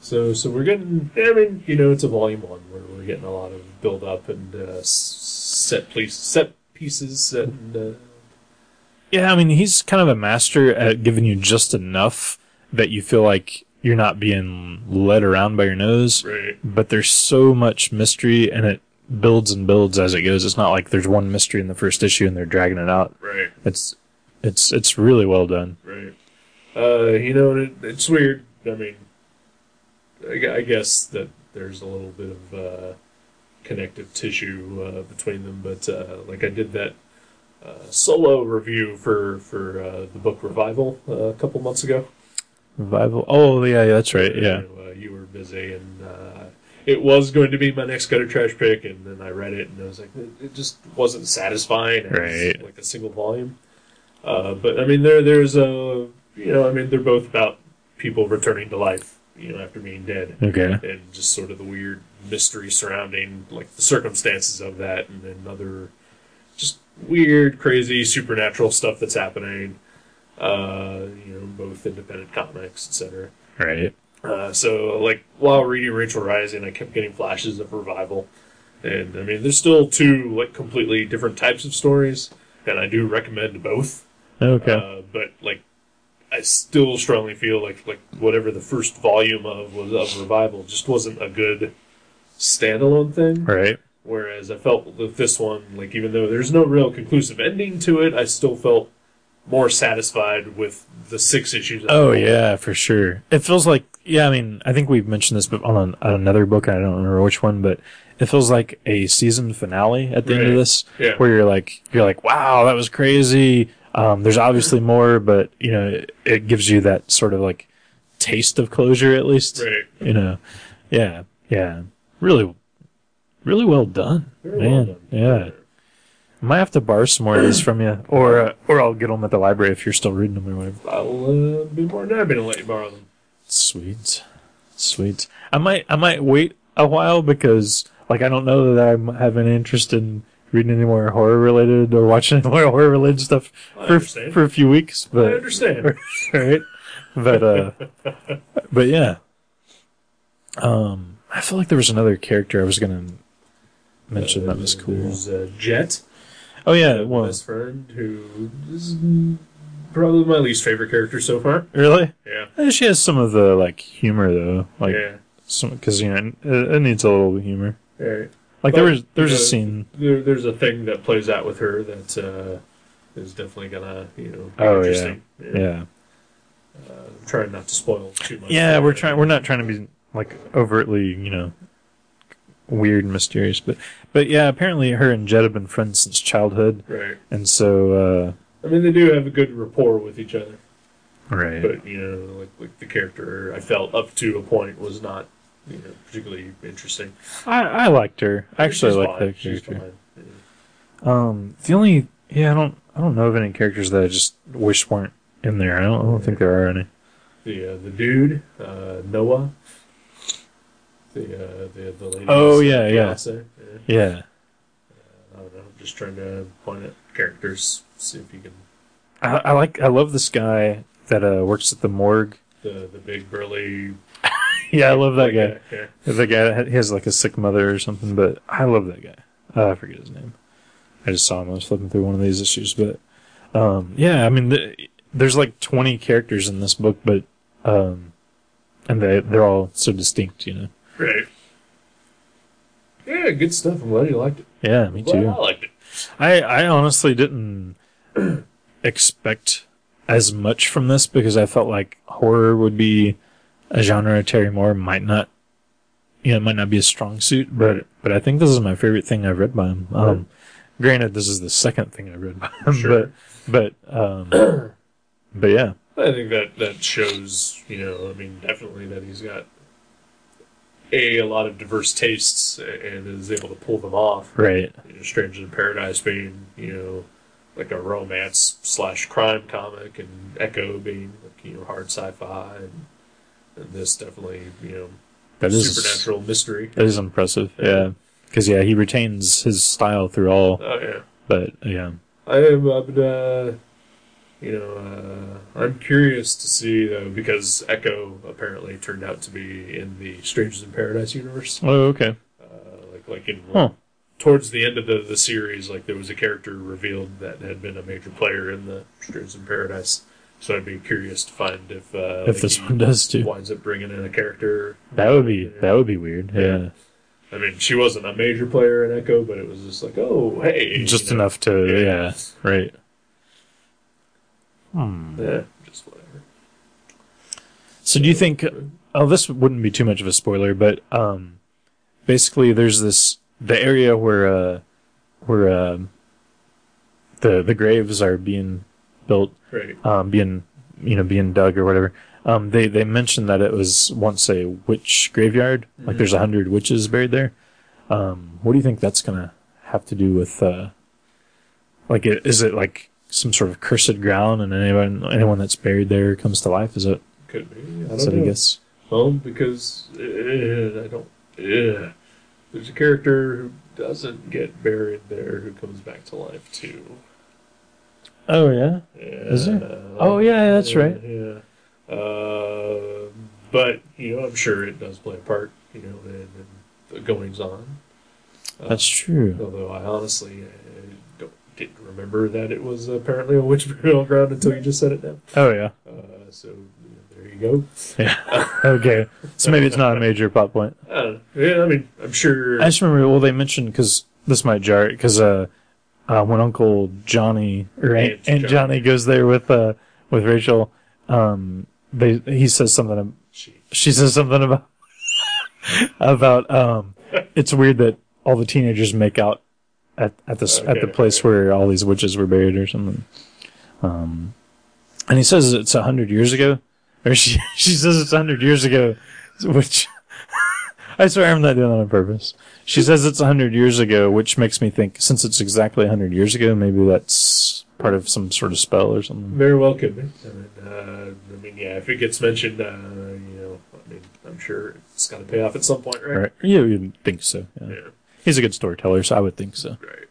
Speaker 1: So, so we're getting. I mean, you know, it's a volume one where we're getting a lot of build up and uh, s- set piece, set pieces, set. And, uh,
Speaker 2: Yeah, I mean, he's kind of a master at giving you just enough that you feel like you're not being led around by your nose,
Speaker 1: right.
Speaker 2: but there's so much mystery and it builds and builds as it goes. It's not like there's one mystery in the first issue and they're dragging it out.
Speaker 1: Right.
Speaker 2: It's it's it's really well done.
Speaker 1: Right. Uh, you know, it, it's weird. I mean, I, gu- I guess that there's a little bit of uh, connective tissue uh, between them, but uh, like I did that uh, solo review for for uh, the book revival uh, a couple months ago.
Speaker 2: Revival. Oh yeah, yeah, that's right. Yeah.
Speaker 1: You, uh, you were busy, and uh, it was going to be my next gutter trash pick, and then I read it, and I was like, it, it just wasn't satisfying as
Speaker 2: Right.
Speaker 1: like a single volume. Uh, but I mean, there there's a you know, I mean, they're both about people returning to life, you know, after being dead,
Speaker 2: Okay.
Speaker 1: and just sort of the weird mystery surrounding like the circumstances of that, and then other just weird, crazy, supernatural stuff that's happening. Uh, you know, both independent comics, etc.
Speaker 2: Right.
Speaker 1: Uh, so, like, while reading Rachel Rising, I kept getting flashes of revival. And, I mean, there's still two, like, completely different types of stories, and I do recommend both.
Speaker 2: Okay.
Speaker 1: Uh, but, like, I still strongly feel like, like, whatever the first volume of was of revival just wasn't a good standalone thing.
Speaker 2: right.
Speaker 1: Whereas I felt with this one, like, even though there's no real conclusive ending to it, I still felt more satisfied with the six issues.
Speaker 2: Oh yeah, for sure. It feels like yeah. I mean, I think we've mentioned this but on, an, on another book. and I don't remember which one, but it feels like a season finale at the end
Speaker 1: Right.
Speaker 2: of this,
Speaker 1: Yeah.
Speaker 2: where you're like, you're like, wow, that was crazy. Um, there's obviously more, but you know, it, it gives you that sort of like taste of closure at least.
Speaker 1: Right.
Speaker 2: You know, yeah, yeah, really, really well done,
Speaker 1: Very well
Speaker 2: man.
Speaker 1: done.
Speaker 2: Yeah. I might have to borrow some more of these from you, or uh, or I'll get them at the library if you're still reading them or whatever.
Speaker 1: I'll uh, be more than happy to let you borrow them.
Speaker 2: Sweet, sweet. I might, I might wait a while because, like, I don't know that I m- have an interest in reading any more horror related or watching any more horror related stuff
Speaker 1: I
Speaker 2: for
Speaker 1: understand.
Speaker 2: for a few weeks.
Speaker 1: I
Speaker 2: But
Speaker 1: understand.
Speaker 2: right, but uh, but yeah. Um, I feel like there was another character I was gonna mention that was cool.
Speaker 1: There's uh, Jet,
Speaker 2: Oh yeah,
Speaker 1: my
Speaker 2: well,
Speaker 1: best friend, who is mm, probably my least favorite character so far.
Speaker 2: really.
Speaker 1: Yeah,
Speaker 2: Eh, She has some of the like humor though, like
Speaker 1: yeah,
Speaker 2: some because you know it, it needs a little humor.
Speaker 1: yeah.
Speaker 2: Like there
Speaker 1: But,
Speaker 2: was there's
Speaker 1: you
Speaker 2: a
Speaker 1: know,
Speaker 2: scene.
Speaker 1: There, there's a thing that plays out with her that uh, is definitely gonna, you know, be
Speaker 2: Oh, yeah.
Speaker 1: interesting.
Speaker 2: Yeah.
Speaker 1: Uh, I'm trying not to spoil too much.
Speaker 2: Yeah, we're trying. We're not trying to be like overtly, you know, weird and mysterious, but but yeah. Apparently, her and Jed have been friends since childhood,
Speaker 1: Right.
Speaker 2: and so
Speaker 1: I mean, they do have a good rapport with each other,
Speaker 2: uh, right.
Speaker 1: but you know, like like the character I felt up to a point was not, you know, particularly interesting.
Speaker 2: I I liked her. I actually
Speaker 1: She's
Speaker 2: liked
Speaker 1: fine.
Speaker 2: that
Speaker 1: She's
Speaker 2: character.
Speaker 1: fine. Yeah.
Speaker 2: Um, the only yeah, I don't I don't know of any characters that I just wish weren't in there. I don't I don't think there are any.
Speaker 1: the uh, the dude uh, Noah, the uh, the the lady.
Speaker 2: Oh,
Speaker 1: who's, uh,
Speaker 2: yeah, yeah.
Speaker 1: fiance. yeah.
Speaker 2: Yeah.
Speaker 1: I don't know. I'm just trying to point at characters, see if you can
Speaker 2: I, I like I love this guy that uh works at the morgue.
Speaker 1: the the big burly.
Speaker 2: Yeah, I love that guy.
Speaker 1: Yeah, yeah.
Speaker 2: The guy that had- he has like a sick mother or something, but I love that guy. Uh, I forget his name. I just saw him. I was flipping through one of these issues, but um, yeah, I mean, the, there's like 20 characters in this book, but um, and they they're all so distinct, you know.
Speaker 1: Right. Yeah, good stuff. I'm glad you liked it.
Speaker 2: Yeah, me
Speaker 1: Glad
Speaker 2: too.
Speaker 1: I liked it.
Speaker 2: I I honestly didn't expect as much from this because I felt like horror would be a genre Terry Moore might not, you know, it might not be a strong suit, but but I think this is my favorite thing I've read by him. Um, Granted, this is the second thing I read by him,
Speaker 1: Sure.
Speaker 2: but but um, but yeah,
Speaker 1: I think that that shows, you know, I mean, definitely that he's got a a lot of diverse tastes and is able to pull them off.
Speaker 2: right,
Speaker 1: you know, Strangers in Paradise being, you know, like a romance slash crime comic, and Echo being, like, you know, hard sci-fi, and, and this definitely, you know,
Speaker 2: that is
Speaker 1: supernatural mystery.
Speaker 2: that is impressive. Yeah, because yeah, he retains his style through all,
Speaker 1: Oh yeah,
Speaker 2: but yeah,
Speaker 1: I am. I've been, uh, you know, uh, I'm curious to see though because Echo apparently turned out to be in the Strangers in Paradise universe,
Speaker 2: oh okay,
Speaker 1: uh, like like in.
Speaker 2: huh,
Speaker 1: Towards the end of the, the series, like there was a character revealed that had been a major player in the Strangers in Paradise, so I'd be curious to find if uh,
Speaker 2: if
Speaker 1: like,
Speaker 2: this
Speaker 1: he
Speaker 2: one does too.
Speaker 1: winds up bringing in a character.
Speaker 2: That would be that would be weird. Yeah.
Speaker 1: I mean, she wasn't a major player in Echo, but it was just like, oh, hey,
Speaker 2: Just
Speaker 1: you know.
Speaker 2: enough to yeah.
Speaker 1: Yeah.
Speaker 2: right. Hmm.
Speaker 1: Yeah, just whatever.
Speaker 2: So do you think? Oh, this wouldn't be too much of a spoiler, but um, basically, there's this the area where uh, where um the the graves are being built,
Speaker 1: Right.
Speaker 2: um, being you know being dug or whatever. Um, they they mentioned that it was once a witch graveyard. Like there's a hundred witches buried there. Um, what do you think that's gonna have to do with? Uh, like, i- is it like some sort of cursed ground, and anyone anyone that's buried there comes to life? Is it?
Speaker 1: Could be. I don't
Speaker 2: Is it a
Speaker 1: know.
Speaker 2: guess?
Speaker 1: Well, because uh, I don't. Uh, there's a character who doesn't get buried there who comes back to life too.
Speaker 2: Oh yeah.
Speaker 1: Yeah.
Speaker 2: there? Oh, yeah, that's right.
Speaker 1: Yeah. Uh, but you know, I'm sure it does play a part. You know, in, in the goings on. Uh,
Speaker 2: That's true.
Speaker 1: Although I honestly uh, don't didn't remember that it was apparently a witch burial ground until you just said it now.
Speaker 2: Oh yeah.
Speaker 1: Uh, so you know, there you go.
Speaker 2: Okay. So maybe it's not a major plot point.
Speaker 1: I don't know. Uh, Yeah, I mean, I'm sure.
Speaker 2: I just remember. Well, they mentioned because this might jar it because uh, uh, when Uncle Johnny or Aunt,
Speaker 1: Aunt
Speaker 2: Aunt Johnny goes there with uh with Rachel, um, they he says something. ab-
Speaker 1: Gee.
Speaker 2: She says something about about um, it's weird that all the teenagers make out at at this at the
Speaker 1: Okay.
Speaker 2: place where all these witches were buried or something. Um, and he says it's a hundred years ago, or she she says it's a hundred years ago, which I swear I'm not doing that on purpose. She says it's a hundred years ago, which makes me think since it's exactly a hundred years ago, maybe that's part of some sort of spell or something.
Speaker 1: Very well could be. I mean, uh, I mean, yeah, if it gets mentioned, uh, you know, I mean, I'm sure it's got to pay off at some point, right?
Speaker 2: Right? Yeah, you'd think so. Yeah.
Speaker 1: Yeah,
Speaker 2: He's a good storyteller, so I would think so.
Speaker 1: right.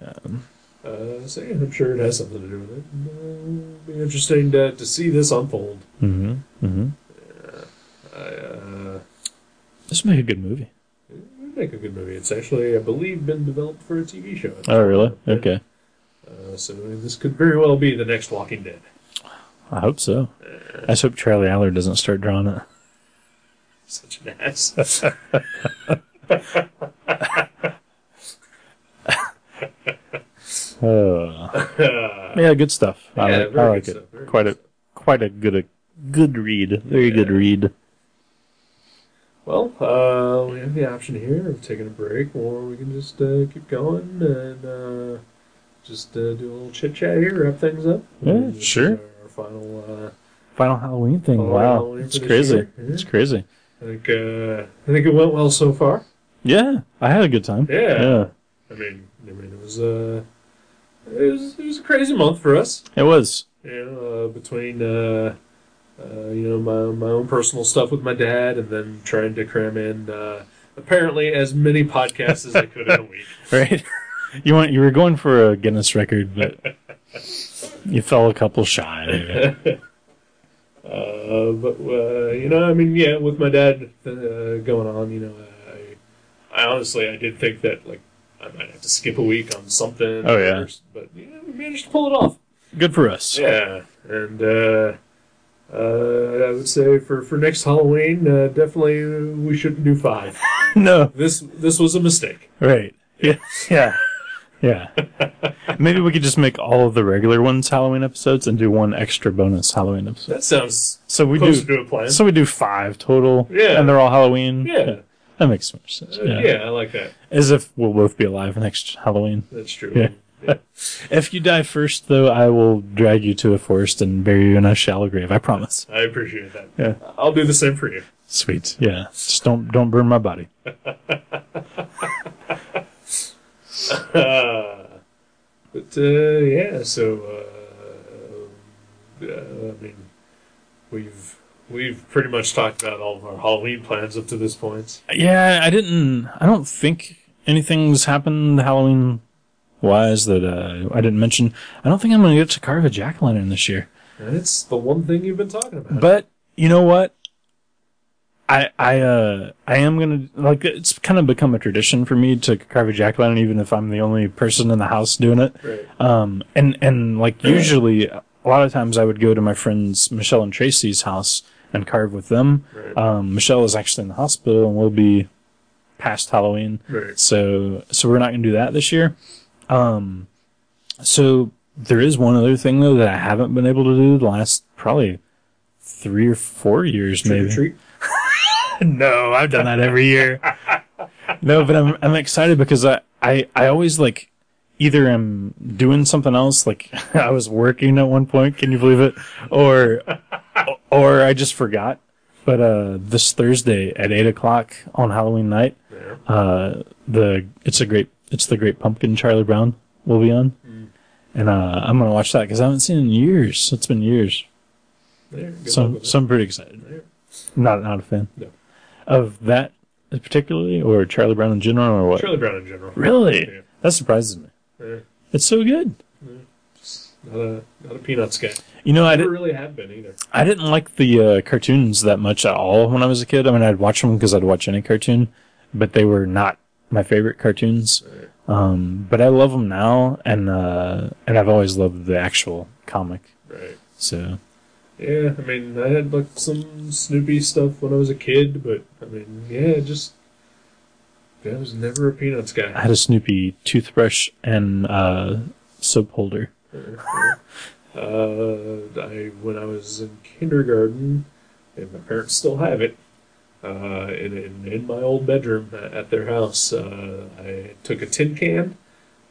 Speaker 2: Um,
Speaker 1: Uh, so yeah, I'm sure it has something to do with it. And, uh, it'll be interesting to, to see this unfold.
Speaker 2: hmm hmm
Speaker 1: I, uh,
Speaker 2: This would make a good movie.
Speaker 1: it would make a good movie. It's actually, I believe, been developed for a TV show.
Speaker 2: Oh, really? Okay.
Speaker 1: Uh, so this could very well be the next Walking Dead.
Speaker 2: I hope so. I just hope Charlie Aller doesn't start drawing it.
Speaker 1: Such an ass.
Speaker 2: Uh, yeah, good stuff. I
Speaker 1: Yeah,
Speaker 2: like,
Speaker 1: very
Speaker 2: I like
Speaker 1: good
Speaker 2: it.
Speaker 1: stuff, very
Speaker 2: quite
Speaker 1: good
Speaker 2: a quite a good a good read. Very good
Speaker 1: Yeah.
Speaker 2: read.
Speaker 1: Well, uh, we have the option here of taking a break, or we can just uh, keep going and uh, just uh, do a little chit chat here, wrap things up.
Speaker 2: Yeah,
Speaker 1: And this is
Speaker 2: sure.
Speaker 1: Our, our final. Uh,
Speaker 2: Final Halloween thing.
Speaker 1: Final
Speaker 2: wow,
Speaker 1: Halloween
Speaker 2: it's
Speaker 1: for this
Speaker 2: crazy.
Speaker 1: year.
Speaker 2: It's
Speaker 1: Yeah.
Speaker 2: crazy.
Speaker 1: I think uh, I think it went well so far.
Speaker 2: Yeah, I had a good time.
Speaker 1: Yeah.
Speaker 2: yeah
Speaker 1: I mean, I mean, it was uh, it was it was a crazy month for us.
Speaker 2: it was.
Speaker 1: You know, uh, between uh, uh, you know my my own personal stuff with my dad, and then trying to cram in uh, apparently as many podcasts as I could in a week.
Speaker 2: right? you went. You were going for a Guinness record, but you fell a couple shy. there.
Speaker 1: Uh, but uh, you know, I mean, yeah, with my dad uh, going on, you know, I, I honestly I did think that like I might have to skip a week on something.
Speaker 2: Oh, yeah.
Speaker 1: but you know, we managed to pull it off.
Speaker 2: Good for us.
Speaker 1: Yeah, and uh, uh, I would say for for next Halloween, uh, definitely we shouldn't do five.
Speaker 2: No,
Speaker 1: this this was a mistake.
Speaker 2: right? Yeah, yeah, yeah. Maybe we could just make all of the regular ones Halloween episodes and do one extra bonus Halloween episode.
Speaker 1: That sounds
Speaker 2: So we
Speaker 1: close
Speaker 2: do.
Speaker 1: to a plan.
Speaker 2: So we do five total.
Speaker 1: Yeah.
Speaker 2: and they're all Halloween.
Speaker 1: yeah.
Speaker 2: that makes so much sense.
Speaker 1: Uh, Yeah.
Speaker 2: Yeah.
Speaker 1: I like that.
Speaker 2: as if we'll both be alive next Halloween.
Speaker 1: That's true.
Speaker 2: Yeah.
Speaker 1: Yeah.
Speaker 2: If you die first, though, I will drag you to a forest and bury you in a shallow grave. I promise.
Speaker 1: I appreciate that.
Speaker 2: Yeah.
Speaker 1: I'll do the same for you.
Speaker 2: Sweet. Yeah. Just don't don't burn my body.
Speaker 1: Uh, but uh, yeah, so uh, uh, I mean, we've we've pretty much talked about all of our Halloween plans up to this point.
Speaker 2: Yeah, I didn't. I don't think anything's happened Halloween wise that uh, I didn't mention. I don't think I'm going to get to carve a jack o' lantern this year.
Speaker 1: And it's the one thing you've been talking about.
Speaker 2: But you know what? I I uh I am gonna like it's kind of become a tradition for me to carve a jack o' lantern, even if I'm the only person in the house doing it.
Speaker 1: Right.
Speaker 2: Um, and and like usually, a lot of times I would go to my friends Michelle and Tracy's house and carve with them.
Speaker 1: Right.
Speaker 2: Um, Michelle is actually in the hospital and will be past Halloween.
Speaker 1: Right.
Speaker 2: So so we're not going to do that this year. Um, so there is one other thing though that I haven't been able to do the last probably three or four years
Speaker 1: Trick or
Speaker 2: maybe.
Speaker 1: treat.
Speaker 2: no, I've done that every year. no, but I'm I'm excited because I I I always like either am doing something else like I was working at one point, can you believe it? Or or I just forgot. But uh, this Thursday at eight o'clock on Halloween night,
Speaker 1: There.
Speaker 2: uh, the it's a great it's the Great Pumpkin Charlie Brown will be on, and uh, I'm gonna watch that because I haven't seen it in years. It's been years,
Speaker 1: There. Good
Speaker 2: so
Speaker 1: luck
Speaker 2: I'm,
Speaker 1: with
Speaker 2: so I'm pretty excited.
Speaker 1: that. There.
Speaker 2: Not not a fan
Speaker 1: No.
Speaker 2: of that particularly, or Charlie Brown in general, or what?
Speaker 1: Charlie Brown in general.
Speaker 2: Really,
Speaker 1: Yeah.
Speaker 2: that surprises me.
Speaker 1: Yeah.
Speaker 2: It's so good.
Speaker 1: Not a not a peanuts guy.
Speaker 2: You know, I
Speaker 1: Never
Speaker 2: didn't
Speaker 1: really have been either.
Speaker 2: I didn't like the uh, cartoons that much at all when I was a kid. I mean, I'd watch them because I'd watch any cartoon, but they were not my favorite cartoons.
Speaker 1: Right.
Speaker 2: Um, but I love them now, and uh, and I've always loved the actual comic.
Speaker 1: Right.
Speaker 2: So
Speaker 1: Yeah, I mean, I had like some Snoopy stuff when I was a kid, but I mean, yeah, just yeah, I was never a Peanuts
Speaker 2: I
Speaker 1: guy.
Speaker 2: had a Snoopy toothbrush and uh, soap holder.
Speaker 1: Uh, I when I was in kindergarten, and my parents still have it. Uh, in, in in my old bedroom a- at their house, uh, I took a tin can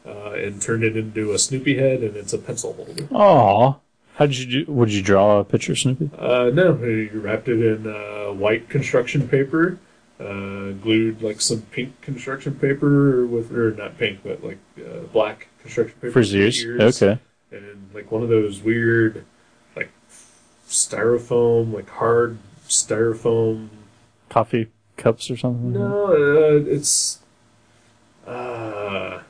Speaker 1: uh, and turned it into a Snoopy head, and it's a pencil holder.
Speaker 2: Aw, how did you do? Would you draw a picture of Snoopy?
Speaker 1: Uh, no, he wrapped it in uh, white construction paper, uh, glued like some pink construction paper with, or not pink, but like uh, black construction paper
Speaker 2: For his ears? Okay.
Speaker 1: and like one of those weird, like styrofoam, like hard styrofoam.
Speaker 2: Coffee cups or something?
Speaker 1: No, uh, it's. Uh,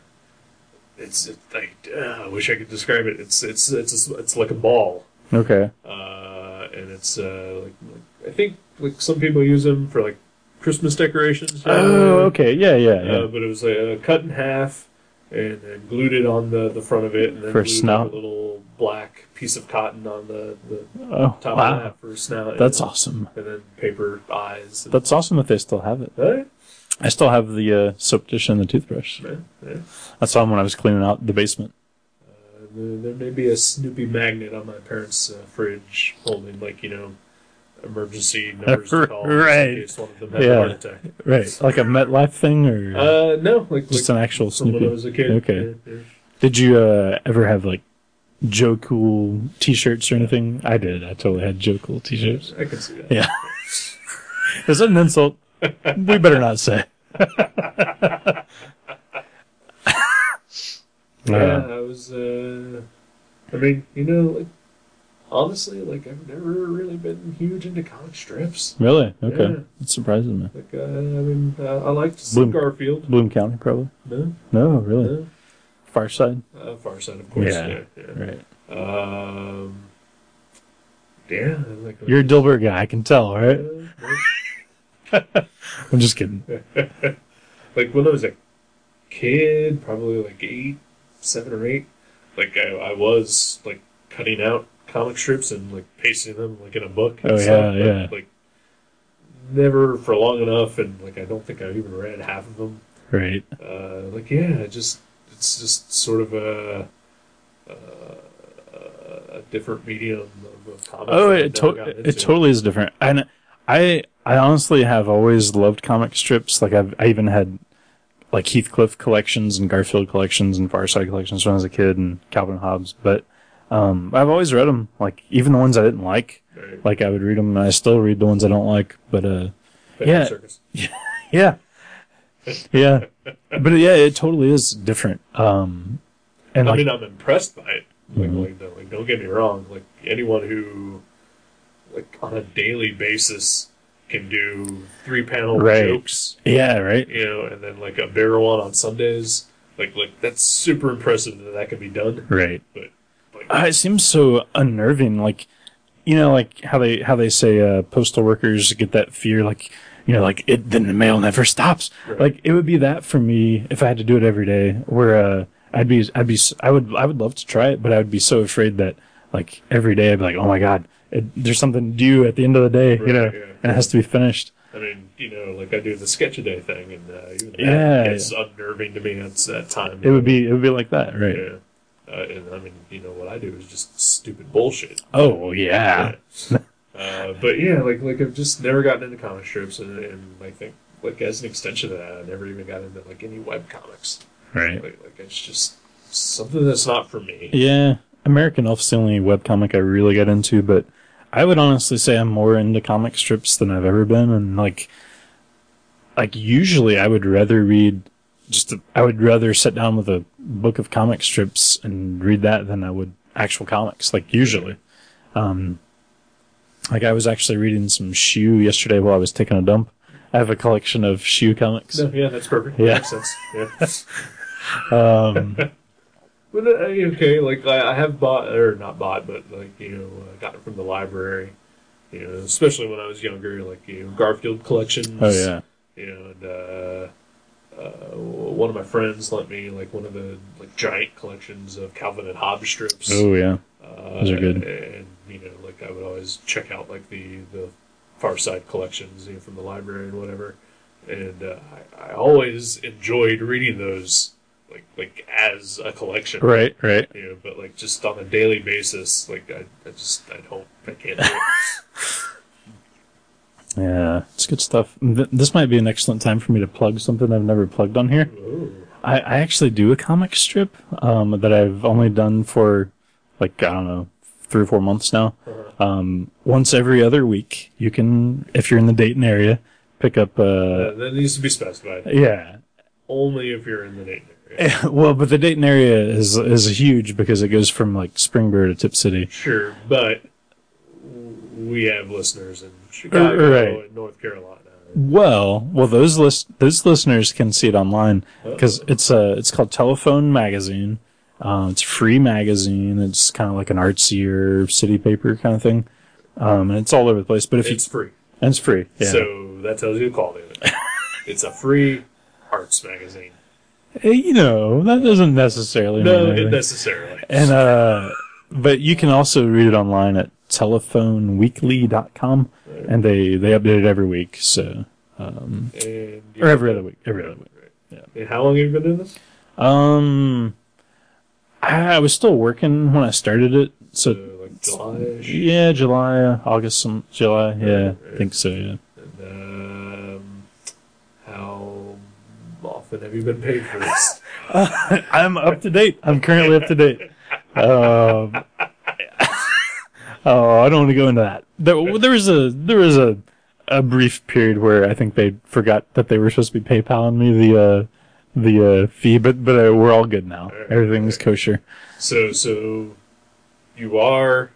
Speaker 1: it's I uh, wish I could describe it. It's it's it's it's like a ball
Speaker 2: Okay.
Speaker 1: uh, and it's uh, like, like I think like some people use them for like Christmas decorations.
Speaker 2: Oh, okay. Yeah, yeah, yeah.
Speaker 1: Uh, but it was uh, cut in half and, and glued it on the, the front of it, and then
Speaker 2: For a
Speaker 1: glued
Speaker 2: snout?
Speaker 1: a little black piece of cotton on the, the
Speaker 2: oh,
Speaker 1: top of
Speaker 2: wow.
Speaker 1: that for a snout.
Speaker 2: That's
Speaker 1: and,
Speaker 2: awesome.
Speaker 1: And then paper eyes. And,
Speaker 2: That's awesome that they still have it.
Speaker 1: Huh?
Speaker 2: I still have the uh, soap dish and the toothbrush.
Speaker 1: Yeah, yeah.
Speaker 2: I saw them when I was cleaning out the basement.
Speaker 1: Uh, there, there may be a Snoopy magnet on my parents' uh, fridge holding, like, you know, emergency numbers to call
Speaker 2: Right.
Speaker 1: in case one of them had
Speaker 2: Yeah.
Speaker 1: a heart attack.
Speaker 2: Right. Like a MetLife thing or
Speaker 1: Uh, no, like
Speaker 2: just
Speaker 1: like
Speaker 2: an actual
Speaker 1: from when I
Speaker 2: Snoopy?
Speaker 1: was a kid.
Speaker 2: Okay.
Speaker 1: Yeah, yeah.
Speaker 2: Did you uh, ever have like Joe Cool t shirts or anything? I did. I totally had Joe Cool t shirts.
Speaker 1: I can see that.
Speaker 2: Yeah. Is that an insult? We better not say.
Speaker 1: Yeah, I was. Uh, I mean, you know, like honestly, like I've never really been huge into comic strips.
Speaker 2: really? Okay.
Speaker 1: Yeah.
Speaker 2: That surprises me.
Speaker 1: Like, uh, I mean, uh, I liked
Speaker 2: Bloom.
Speaker 1: Garfield.
Speaker 2: Bloom County, probably.
Speaker 1: No,
Speaker 2: No, really.
Speaker 1: no.
Speaker 2: Far Side.
Speaker 1: Uh, Far Side, of course.
Speaker 2: Yeah.
Speaker 1: Yeah. yeah.
Speaker 2: Right.
Speaker 1: Um. Yeah, and, like
Speaker 2: You're a Dilbert guy. I can tell. All
Speaker 1: uh,
Speaker 2: right.
Speaker 1: like-
Speaker 2: I'm just kidding.
Speaker 1: like when I was a kid, probably like eight, seven or eight, like I, I was like cutting out comic strips and like pasting them like in a book. And
Speaker 2: Oh,
Speaker 1: stuff,
Speaker 2: yeah,
Speaker 1: but,
Speaker 2: yeah.
Speaker 1: Like never for long enough, and like I don't think I even read half of them.
Speaker 2: Right.
Speaker 1: Uh, like yeah, it just it's just sort of a. Uh, a different medium of, of comics.
Speaker 2: Oh,
Speaker 1: that I've
Speaker 2: it to-
Speaker 1: never gotten
Speaker 2: it
Speaker 1: into.
Speaker 2: totally is different. And I I honestly have always loved comic strips. Like I've I even had like Heathcliff collections and Garfield collections and Farside collections when I was a kid and Calvin Hobbes. But um, I've always read them. Like even the ones I didn't like.
Speaker 1: Right.
Speaker 2: Like I would read them, and I still read the ones I don't like. But uh,
Speaker 1: Phantom
Speaker 2: yeah.
Speaker 1: Circus.
Speaker 2: yeah, yeah. But yeah, it totally is different. Um, and
Speaker 1: I
Speaker 2: like
Speaker 1: mean, I'm impressed by it. Like,
Speaker 2: Mhm.
Speaker 1: like, don't- like, don't get me wrong. Like, anyone who, like, on a daily basis can do three panel
Speaker 2: Right.
Speaker 1: jokes,
Speaker 2: yeah, right.
Speaker 1: you know, and then like a barrel one on Sundays. Like, like that's super impressive that that can be done.
Speaker 2: Right.
Speaker 1: But like,
Speaker 2: Uh, it seems so unnerving. Like, you know, like how they how they say uh, postal workers get that fear. Like, you know, like it. Then the mail never stops.
Speaker 1: Right.
Speaker 2: Like it would be that for me if I had to do it every day. Where uh, I'd be, I'd be, s- I would, I would love to try it, but I would be so afraid that like every day I'd be like, oh my god, it, there's something due at the end of the day.
Speaker 1: Right,
Speaker 2: you know,
Speaker 1: yeah.
Speaker 2: and it has to be finished.
Speaker 1: I mean, you know, like I do the sketch a day thing, and uh, even that
Speaker 2: Yeah,
Speaker 1: gets unnerving to me at that time.
Speaker 2: It would be it would be like that, right?
Speaker 1: Yeah. Uh, and I mean, you know, what I do is just stupid bullshit.
Speaker 2: Oh yeah.
Speaker 1: Uh, but yeah, like like I've just never gotten into comic strips, and, and I think like as an extension of that, I never even got into like any web comics.
Speaker 2: Right.
Speaker 1: Like, like it's just something that's not for me.
Speaker 2: Yeah. American Elf's the only webcomic I really got into, but I would honestly say I'm more into comic strips than I've ever been and like like usually I would rather read just a, I would rather sit down with a book of comic strips and read that than I would actual comics like usually. Um like I was actually reading some shoe yesterday while I was taking a dump. I have a collection of shoe comics.
Speaker 1: No, yeah, that's perfect.
Speaker 2: Yeah.
Speaker 1: Makes sense. Yeah.
Speaker 2: Um
Speaker 1: But uh, okay, like I I have bought or not bought, but like you know, uh, got it from the library. You know, especially when I was younger, like you know, Garfield collections.
Speaker 2: oh yeah.
Speaker 1: You know, and uh, uh, one of my friends lent me like one of the like giant collections of Calvin and Hobbes strips.
Speaker 2: Oh yeah.
Speaker 1: uh,
Speaker 2: those are good.
Speaker 1: And you know, like I would always check out like the the Far Side collections, you know, from the library and whatever. And uh, I, I always enjoyed reading those, like like as a collection
Speaker 2: Right, right.
Speaker 1: you know, but like just on a daily basis, like I, I just I don't I can't do it.
Speaker 2: Yeah, it's good stuff. Th- this might be an excellent time for me to plug something I've never plugged on here.
Speaker 1: Ooh.
Speaker 2: I, I actually do a comic strip um, that I've only done for like I don't know three or four months now. Um, once every other week, you can, if you're in the Dayton area, pick up. Uh,
Speaker 1: Uh, that needs to be specified.
Speaker 2: yeah,
Speaker 1: Only if you're in the Dayton area.
Speaker 2: Eh, well, but the Dayton area is is huge because it goes from like Springboro to Tip City.
Speaker 1: Sure, but we have listeners in Chicago
Speaker 2: right.
Speaker 1: and North Carolina.
Speaker 2: Well, well, those list those listeners can see it online because it's a it's called Telephone Magazine. Um, it's a free magazine. It's kind of like an artsier city paper kind of thing, um, and it's all over the place. But if
Speaker 1: It's free,
Speaker 2: you and it's free, yeah,
Speaker 1: so that tells you the quality of it. it's a free arts magazine.
Speaker 2: Eh, you know that doesn't necessarily
Speaker 1: No,
Speaker 2: mean
Speaker 1: it
Speaker 2: anything.
Speaker 1: necessarily.
Speaker 2: And uh, but you can also read it online at telephoneweekly.com, and they they update it every week, so
Speaker 1: And you-
Speaker 2: or every other week, every other week.
Speaker 1: And how long have you been doing this?
Speaker 2: Um, I, I was still working when I started it,
Speaker 1: So,
Speaker 2: so
Speaker 1: like July.
Speaker 2: yeah, July, uh, August, some July, yeah, I think so, yeah.
Speaker 1: And, um, how often have you been paid for this?
Speaker 2: I'm up to date. I'm currently up to date. Um, oh, I don't want to go into that. There, there was a there was a a brief period where I think they forgot that they were supposed to be PayPaling me the uh, the uh, fee, but but uh, we're all good now. Everything's kosher.
Speaker 1: so, so you are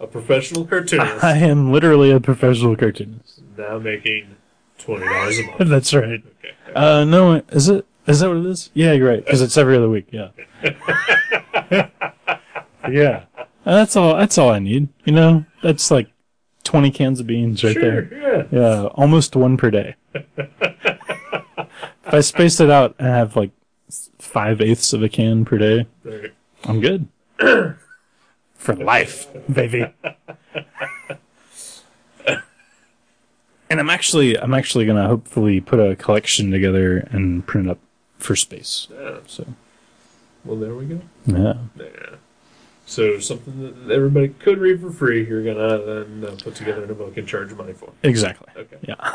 Speaker 1: a professional cartoonist
Speaker 2: I am literally a professional cartoonist.
Speaker 1: now making twenty dollars a month.
Speaker 2: That's right.
Speaker 1: Okay.
Speaker 2: Uh, no, is it? Is that what it is? Yeah, you're right. Because it's every other week. Yeah. yeah. And Uh, that's all. That's all I need. You know, that's like twenty cans of beans right
Speaker 1: Sure.
Speaker 2: there.
Speaker 1: Yeah.
Speaker 2: Yeah, almost one per day. if I space it out and have like five eighths of a can per day,
Speaker 1: Right.
Speaker 2: I'm good. For life, baby. and I'm actually I'm actually gonna hopefully put a collection together and print it up for space.
Speaker 1: Yeah.
Speaker 2: So
Speaker 1: Well, there we go.
Speaker 2: yeah.
Speaker 1: Yeah. So something that everybody could read for free, you're gonna then uh, put together in a book and charge money for.
Speaker 2: Exactly.
Speaker 1: Okay.
Speaker 2: Yeah.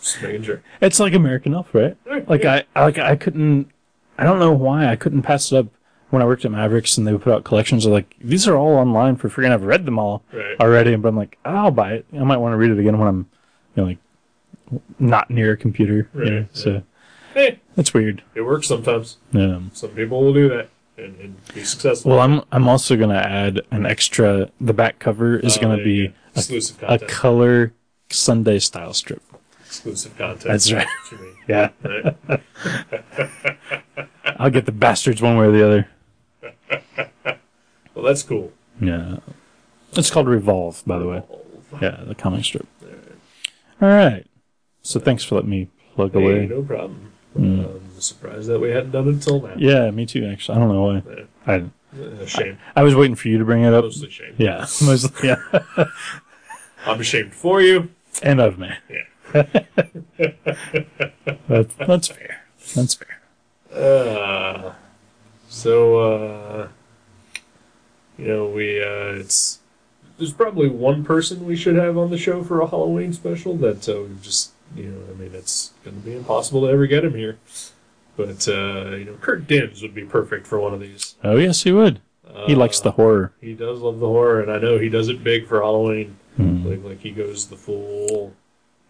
Speaker 1: Just making sure.
Speaker 2: It's like American Elf, right?
Speaker 1: Right,
Speaker 2: Like
Speaker 1: yeah.
Speaker 2: I like I couldn't I don't know why I couldn't pass it up when I worked at Mavericks and they would put out collections of like these are all online for free and I've read them all
Speaker 1: Right.
Speaker 2: already but I'm like I'll buy it. I might want to read it again when I'm you know like not near a computer. you
Speaker 1: Right,
Speaker 2: know,
Speaker 1: yeah.
Speaker 2: So
Speaker 1: Hey,
Speaker 2: that's weird.
Speaker 1: it works sometimes.
Speaker 2: Um,
Speaker 1: Some people will do that and, and be successful.
Speaker 2: well I'm I'm also gonna add an extra the back cover is
Speaker 1: Uh,
Speaker 2: gonna
Speaker 1: there you
Speaker 2: be
Speaker 1: go. exclusive
Speaker 2: a
Speaker 1: content.
Speaker 2: color Sunday style strip.
Speaker 1: exclusive content.
Speaker 2: That's right.
Speaker 1: What you mean.
Speaker 2: Yeah.
Speaker 1: Right?
Speaker 2: I'll get the bastards one way or the other.
Speaker 1: Well, that's cool.
Speaker 2: Yeah. It's called Revolve, by the way.
Speaker 1: Hey,
Speaker 2: Yeah, the comic strip. All right. So thanks for letting me plug away.
Speaker 1: no problem.
Speaker 2: Mm.
Speaker 1: Um, surprised that we hadn't done it until now.
Speaker 2: Yeah, me too. Actually, I don't know why.
Speaker 1: Yeah.
Speaker 2: I
Speaker 1: Uh, shame.
Speaker 2: I was waiting for you to bring it up.
Speaker 1: Mostly shame.
Speaker 2: Yeah, mostly. Yeah,
Speaker 1: I'm ashamed for you.
Speaker 2: and of me.
Speaker 1: Yeah.
Speaker 2: That's, that's fair. That's fair.
Speaker 1: Uh, so uh, you know we uh, it's there's probably one person we should have on the show for a Halloween special that uh, we've just you know I mean it's going to be impossible to ever get him here, but uh, you know Kurt Dims would be perfect for one of these.
Speaker 2: Oh yes, he would. He likes
Speaker 1: Uh,
Speaker 2: the horror.
Speaker 1: He does love the horror, and I know he does it big for Halloween.
Speaker 2: Hmm.
Speaker 1: Like like he goes the full,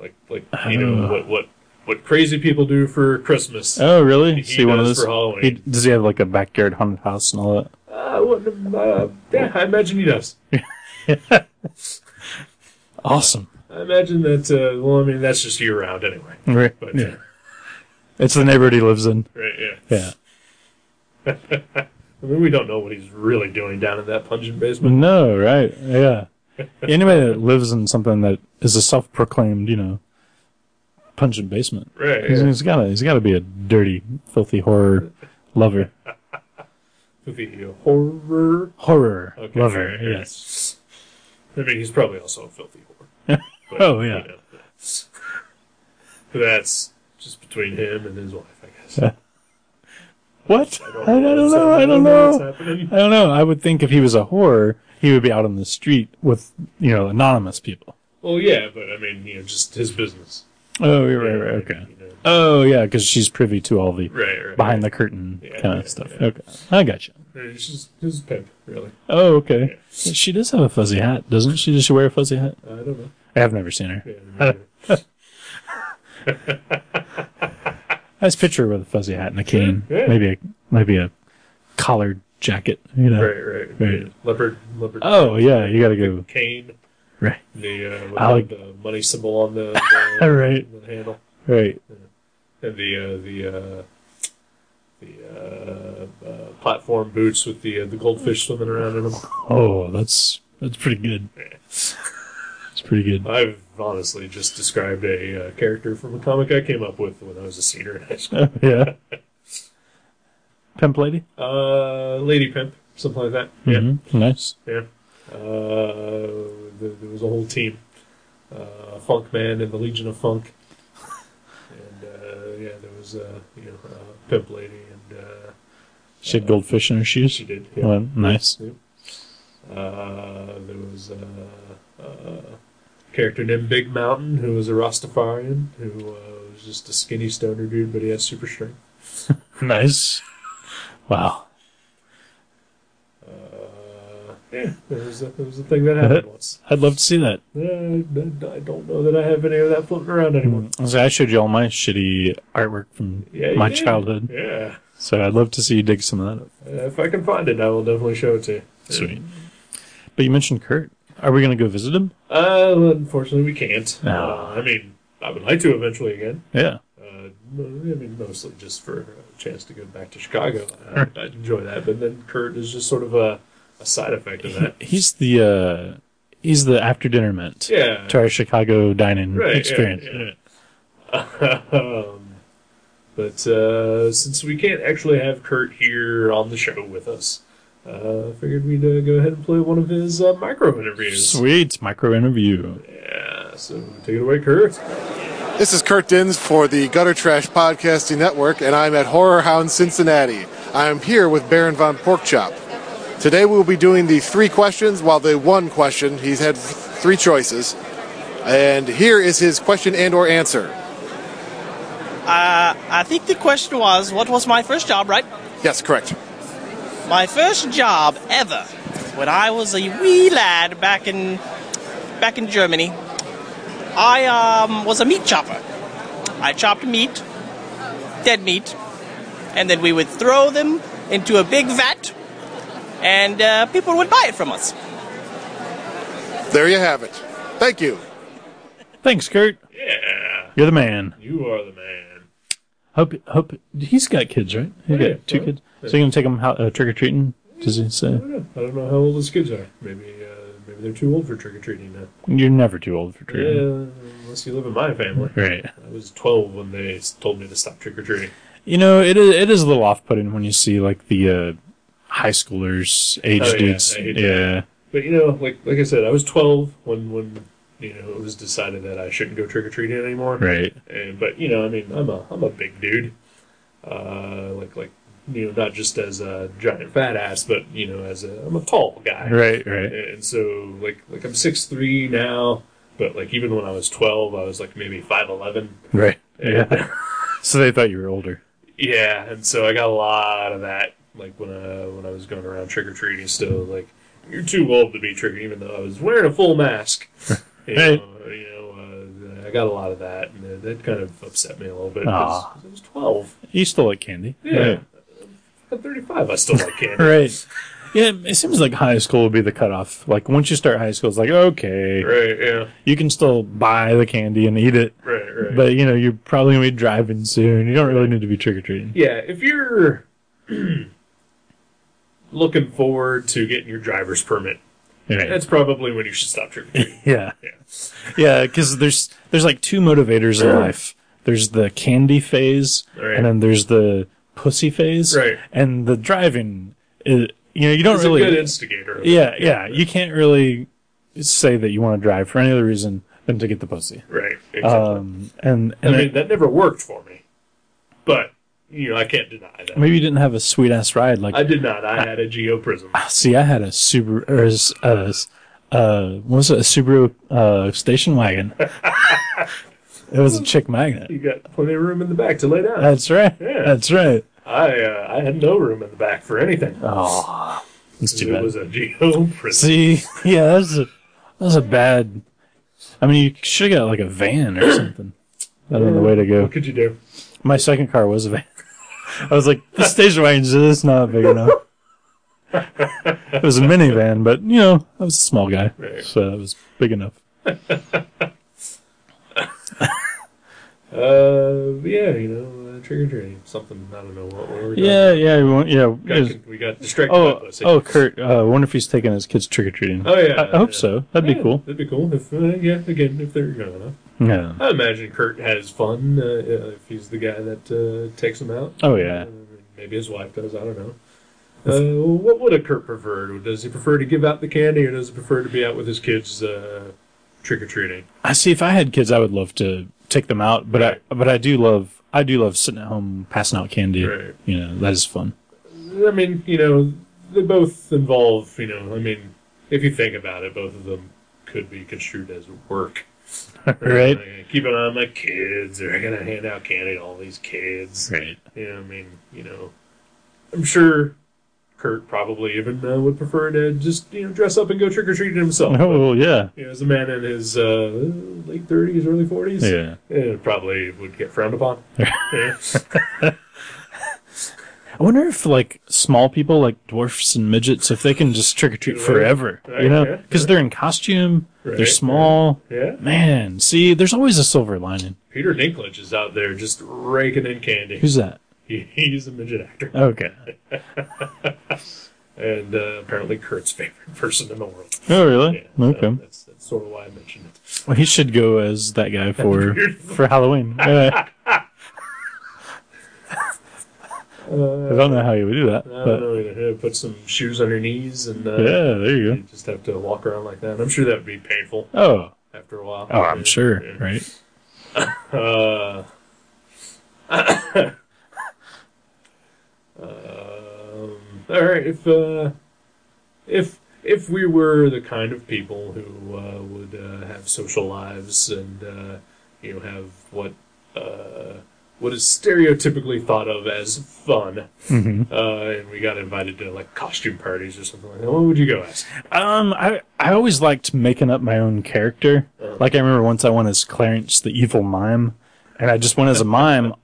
Speaker 1: like like you know
Speaker 2: Uh.
Speaker 1: what what what crazy people do for Christmas.
Speaker 2: Oh really?
Speaker 1: He
Speaker 2: See one of
Speaker 1: does
Speaker 2: those.
Speaker 1: for Halloween.
Speaker 2: He, does he have like a backyard haunted house and all that?
Speaker 1: Uh, I wouldn't. Uh, yeah, I imagine he does.
Speaker 2: Awesome.
Speaker 1: I imagine that. Uh, well, I mean that's just year round anyway.
Speaker 2: Right.
Speaker 1: But
Speaker 2: Yeah. It's the neighborhood he lives in.
Speaker 1: right, yeah.
Speaker 2: Yeah.
Speaker 1: I mean we don't know what he's really doing down in that pungent basement.
Speaker 2: No, right. Yeah. Anybody that lives in something that is a self-proclaimed, you know, pungent basement.
Speaker 1: Right.
Speaker 2: He's,
Speaker 1: Yeah.
Speaker 2: he's gotta he's gotta be a dirty, filthy horror lover.
Speaker 1: The horror
Speaker 2: Horror
Speaker 1: okay,
Speaker 2: lover.
Speaker 1: right, right.
Speaker 2: Yes.
Speaker 1: I mean he's probably also a filthy whore. But,
Speaker 2: Oh, yeah.
Speaker 1: know, that's- that's just between him and his wife, I guess.
Speaker 2: What? I don't, know. I don't
Speaker 1: what's
Speaker 2: know.
Speaker 1: happening.
Speaker 2: I don't know. I would think if he was a horror, he would be out on the street with you know anonymous people.
Speaker 1: Well, yeah, but I mean, you know, just his business.
Speaker 2: Oh, right, right,
Speaker 1: Yeah,
Speaker 2: right.
Speaker 1: I
Speaker 2: Okay.
Speaker 1: mean, you know.
Speaker 2: Oh, yeah, because she's privy to all the
Speaker 1: Right, right.
Speaker 2: behind the curtain
Speaker 1: Yeah,
Speaker 2: kind
Speaker 1: yeah,
Speaker 2: of stuff.
Speaker 1: yeah.
Speaker 2: Okay, I gotcha.
Speaker 1: right. It's just his pimp, really.
Speaker 2: Oh, okay. She does have a fuzzy hat, doesn't she? Does she wear a fuzzy hat?
Speaker 1: I don't know.
Speaker 2: I have never seen her.
Speaker 1: Yeah, I don't know.
Speaker 2: I just picture her with a fuzzy hat and a cane,
Speaker 1: Yeah.
Speaker 2: maybe a maybe a collared jacket. You know.
Speaker 1: right, right,
Speaker 2: Right.
Speaker 1: Yeah. Leopard, leopard.
Speaker 2: Oh yeah, you gotta go.
Speaker 1: cane.
Speaker 2: Right,
Speaker 1: The uh, with
Speaker 2: I like-
Speaker 1: the money symbol on the, the,
Speaker 2: Right.
Speaker 1: the handle,
Speaker 2: right.
Speaker 1: and the uh, the uh, the uh, uh, platform boots with the uh, the goldfish swimming around in them.
Speaker 2: Oh, that's that's pretty good. It's pretty good.
Speaker 1: I've honestly just described a uh, character from a comic I came up with when I was a senior in high school.
Speaker 2: Oh, yeah. Pimp lady.
Speaker 1: Uh, Lady Pimp, something like that.
Speaker 2: Mhm. Nice.
Speaker 1: Yeah, yeah. Uh, th there was a whole team. Uh, Funk Man and the Legion of Funk. And, uh, yeah, there was, uh, you know, uh, Pimp Lady and, uh,
Speaker 2: She had goldfish in her shoes.
Speaker 1: she did. Yeah.
Speaker 2: Well, nice.
Speaker 1: Uh, there was uh, uh, a character named Big Mountain who was a Rastafarian who uh, was just a skinny stoner dude, but he had super strength.
Speaker 2: Nice. Wow.
Speaker 1: Uh, yeah, there was, a, there was a thing that happened once.
Speaker 2: I'd love to see that.
Speaker 1: Yeah, I, I don't know that I have any of that floating around anymore.
Speaker 2: So Mm. I showed you all my shitty artwork from
Speaker 1: Yeah, you
Speaker 2: my
Speaker 1: did.
Speaker 2: childhood.
Speaker 1: Yeah.
Speaker 2: So I'd love to see you dig some of that up.
Speaker 1: Uh, if I can find it, I will definitely show it to you.
Speaker 2: Sweet. But you mentioned Kurt. Are we going to go visit him?
Speaker 1: Uh, well, unfortunately, we can't.
Speaker 2: No.
Speaker 1: Uh, I mean, I would like to eventually again.
Speaker 2: Yeah.
Speaker 1: Uh, mo- I mean, mostly just for a chance to go back to Chicago. I, I enjoy that, but then Kurt is just sort of a, a side effect of that.
Speaker 2: He's the uh he's the after dinner mint
Speaker 1: Yeah.
Speaker 2: to our Chicago dining
Speaker 1: Right, yeah,
Speaker 2: experience.
Speaker 1: yeah. um, but uh, since we can't actually have Kurt here on the show with us, uh, I figured we'd uh, go ahead and play one of his uh, micro interviews.
Speaker 2: Sweet micro interview.
Speaker 1: Yeah, so take it away, Kurt.
Speaker 3: This is Kurt Dins for the Gutter Trash Podcasting Network, and I'm at Horror Hound Cincinnati. I am here with Baron von Porkchop. Today we will be doing the three questions, while the one question. He's had three choices, and here is his question and/or answer.
Speaker 4: Uh, I think the question was, what was my first job, right?
Speaker 3: Yes, correct.
Speaker 4: My first job ever, when I was a wee lad back in back in Germany, I um, was a meat chopper. I chopped meat, dead meat, and then we would throw them into a big vat, and uh, people would buy it from us.
Speaker 3: There you have it. Thank you.
Speaker 2: Thanks, Kurt.
Speaker 1: Yeah,
Speaker 2: You're the man.
Speaker 1: you are the man.
Speaker 2: Hope hope he's got kids, right? He
Speaker 1: Oh, Yeah,
Speaker 2: got two
Speaker 1: yeah.
Speaker 2: kids. So you're gonna take him out, uh, trick or treating? Does he say
Speaker 1: I don't know, I don't know how old his kids are. Maybe uh, maybe they're too old for trick or treating now.
Speaker 2: you're never too old for
Speaker 1: Yeah,
Speaker 2: trick?
Speaker 1: unless you live in my family.
Speaker 2: Right.
Speaker 1: I was 12 when they s- told me to stop trick or treating.
Speaker 2: You know, it is it is a little off putting when you see like the uh, high schoolers age
Speaker 1: Oh, yeah,
Speaker 2: dudes.
Speaker 1: I hate
Speaker 2: yeah.
Speaker 1: But you know, like like I said, I was 12 when when you know, it was decided that I shouldn't go trick or treating anymore.
Speaker 2: Right.
Speaker 1: And, but you know, I mean, I'm a I'm a big dude. Uh, like like you know, not just as a giant fat ass, but you know, as a I'm a tall guy.
Speaker 2: Right, right.
Speaker 1: And so like like I'm six three now, but like even when I was twelve, I was like maybe five eleven.
Speaker 2: Right. Yeah. so they thought you were older.
Speaker 1: Yeah, and so I got a lot of that, like when I when I was going around trick or treating. Still, like you're too old to be tricking, even though I was wearing a full mask. You
Speaker 2: Right.
Speaker 1: know, you know uh, I got a lot of that, and that- that kind of upset me a little bit.
Speaker 2: Aw.
Speaker 1: 'cause I was twelve.
Speaker 2: You still like candy.
Speaker 1: Yeah, at thirty-five, I still like candy.
Speaker 2: Right. Yeah, it seems like high school would be the cutoff. Like once you start high school, it's like okay,
Speaker 1: right. Yeah.
Speaker 2: you can still buy the candy and eat it,
Speaker 1: Right. Right.
Speaker 2: but you know you're probably gonna be driving soon. You don't really need to be trick or treating.
Speaker 1: Yeah, if you're looking forward to getting your driver's permit, that's probably when you should stop trick or treating.
Speaker 2: Yeah, yeah, because there's there's like two motivators in life. There's the candy phase,
Speaker 1: Right.
Speaker 2: and then there's the pussy phase,
Speaker 1: Right.
Speaker 2: And the driving, is, you know, you don't
Speaker 1: It's
Speaker 2: really
Speaker 1: a good instigator.
Speaker 2: Yeah, yeah. You can't really say that you want to drive for any other reason than to get the pussy.
Speaker 1: Right. Exactly.
Speaker 2: Um, and
Speaker 1: I
Speaker 2: and
Speaker 1: mean, that never worked for me, but you know, I can't deny that.
Speaker 2: maybe you didn't have a sweet ass ride. Like,
Speaker 1: I did not. I had a Geo Prism.
Speaker 2: see, I had a Subaru, or s- uh, s- uh, what was it? A Subaru uh, station wagon. it was a chick magnet.
Speaker 1: You got plenty of room in the back to lay down.
Speaker 2: That's right.
Speaker 1: Yeah.
Speaker 2: That's right.
Speaker 1: I uh, I had no room in the back for anything.
Speaker 2: Oh, that's too
Speaker 1: it
Speaker 2: bad.
Speaker 1: was a Geo Prism.
Speaker 2: see, yeah, that was a that was a bad. I mean, you should have got like a van or something. That'd been the way to go.
Speaker 1: What could you do?
Speaker 2: My second car was a van. I was like, the station wagon's just not big enough. it was a minivan, but you know, I was a small guy,
Speaker 1: Right.
Speaker 2: so it was big enough.
Speaker 1: Uh, yeah, you know, uh, trick or treating, something. I don't know what we were.
Speaker 2: Yeah, yeah, we want, yeah.
Speaker 1: got,
Speaker 2: it was-
Speaker 1: we got distracted. by
Speaker 2: oh,
Speaker 1: pussy.
Speaker 2: oh, Kurt. uh, I wonder if he's taking his kids trick or treating.
Speaker 1: Oh, yeah,
Speaker 2: I, I hope
Speaker 1: yeah.
Speaker 2: so. That'd be
Speaker 1: Yeah,
Speaker 2: cool.
Speaker 1: That'd be cool. If uh, yeah, again, if they're young enough,
Speaker 2: Yeah.
Speaker 1: I imagine Kurt has fun uh, uh, if he's the guy that uh, takes them out.
Speaker 2: Oh yeah.
Speaker 1: Uh, maybe his wife does. I don't know. Uh, what would a Kurt prefer? Does he prefer to give out the candy, or does he prefer to be out with his kids uh, trick or treating?
Speaker 2: I see. If I had kids, I would love to take them out, but I but I do love I do love sitting at home passing out candy.
Speaker 1: Right.
Speaker 2: You know, that is fun.
Speaker 1: I mean, you know, they both involve. You know, I mean, if you think about it, both of them could be construed as work.
Speaker 2: Right.
Speaker 1: Like, keep an eye on my kids, or I gotta hand out candy to all these kids. You know, I mean, you know, I'm sure Kurt probably even uh, would prefer to just you know dress up and go trick or treating himself.
Speaker 2: Oh yeah.
Speaker 1: You know, as a man in his uh, late 30s, early 40s,
Speaker 2: Yeah.
Speaker 1: it probably would get frowned upon. Yeah.
Speaker 2: I wonder if like small people, like dwarfs and midgets, if they can just trick or treat
Speaker 1: Right.
Speaker 2: forever,
Speaker 1: Right,
Speaker 2: you know,
Speaker 1: yeah.
Speaker 2: because they're in costume, they're
Speaker 1: Right,
Speaker 2: small.
Speaker 1: yeah,
Speaker 2: Man, see, there's always a silver lining.
Speaker 1: Peter Dinklage is out there just raking in candy.
Speaker 2: Who's that?
Speaker 1: He, he's a midget actor,
Speaker 2: Okay.
Speaker 1: and uh, apparently Kurt's favorite person in the world.
Speaker 2: Oh, really?
Speaker 1: Yeah, so
Speaker 2: okay.
Speaker 1: that's, that's sort of why I mentioned it.
Speaker 2: Well, he should go as that guy for
Speaker 1: Weird.
Speaker 2: for Halloween. Uh, I don't know how you would do that,
Speaker 1: I don't
Speaker 2: but
Speaker 1: know. You know, put some shoes on your knees and uh,
Speaker 2: yeah, there you
Speaker 1: you just have to walk around like that. And I'm sure that would be painful
Speaker 2: go. Oh,
Speaker 1: after a while.
Speaker 2: oh, I'm
Speaker 1: Yeah,
Speaker 2: sure,
Speaker 1: yeah.
Speaker 2: right?
Speaker 1: Uh, um, all right, if uh, if if we were the kind of people who uh, would uh, have social lives and uh, you know have what uh, what is stereotypically thought of as fun, uh, and we got invited to like costume parties or something like that, what would you go as?
Speaker 2: Um, I I always liked making up my own character. Like I remember once I went as Clarence the Evil Mime, and I just went as a mime,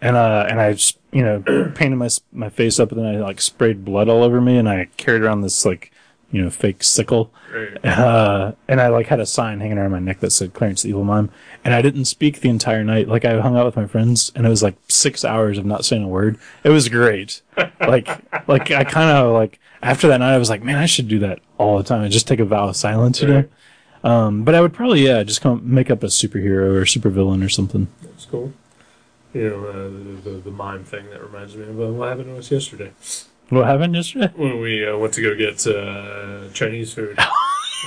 Speaker 2: and uh, and I just you know painted my s- my face up, and then I like sprayed blood all over me, and I carried around this like you know fake sickle,
Speaker 1: Right.
Speaker 2: uh, and I like had a sign hanging around my neck that said Clarence the Evil Mime, and I didn't speak the entire night. Like I hung out with my friends, and it was like six hours of not saying a word. It was great. Like like I kind of like after that night, I was like, man, I should do that all the time. I just take a vow of silence, you
Speaker 1: Right.
Speaker 2: know. Um, but I would probably yeah, just come up- make up a superhero or supervillain or something.
Speaker 1: That's cool. You know, uh, the, the, the mime thing that reminds me of uh, what happened to us yesterday.
Speaker 2: What happened yesterday?
Speaker 1: when we uh, went to go get uh, Chinese food.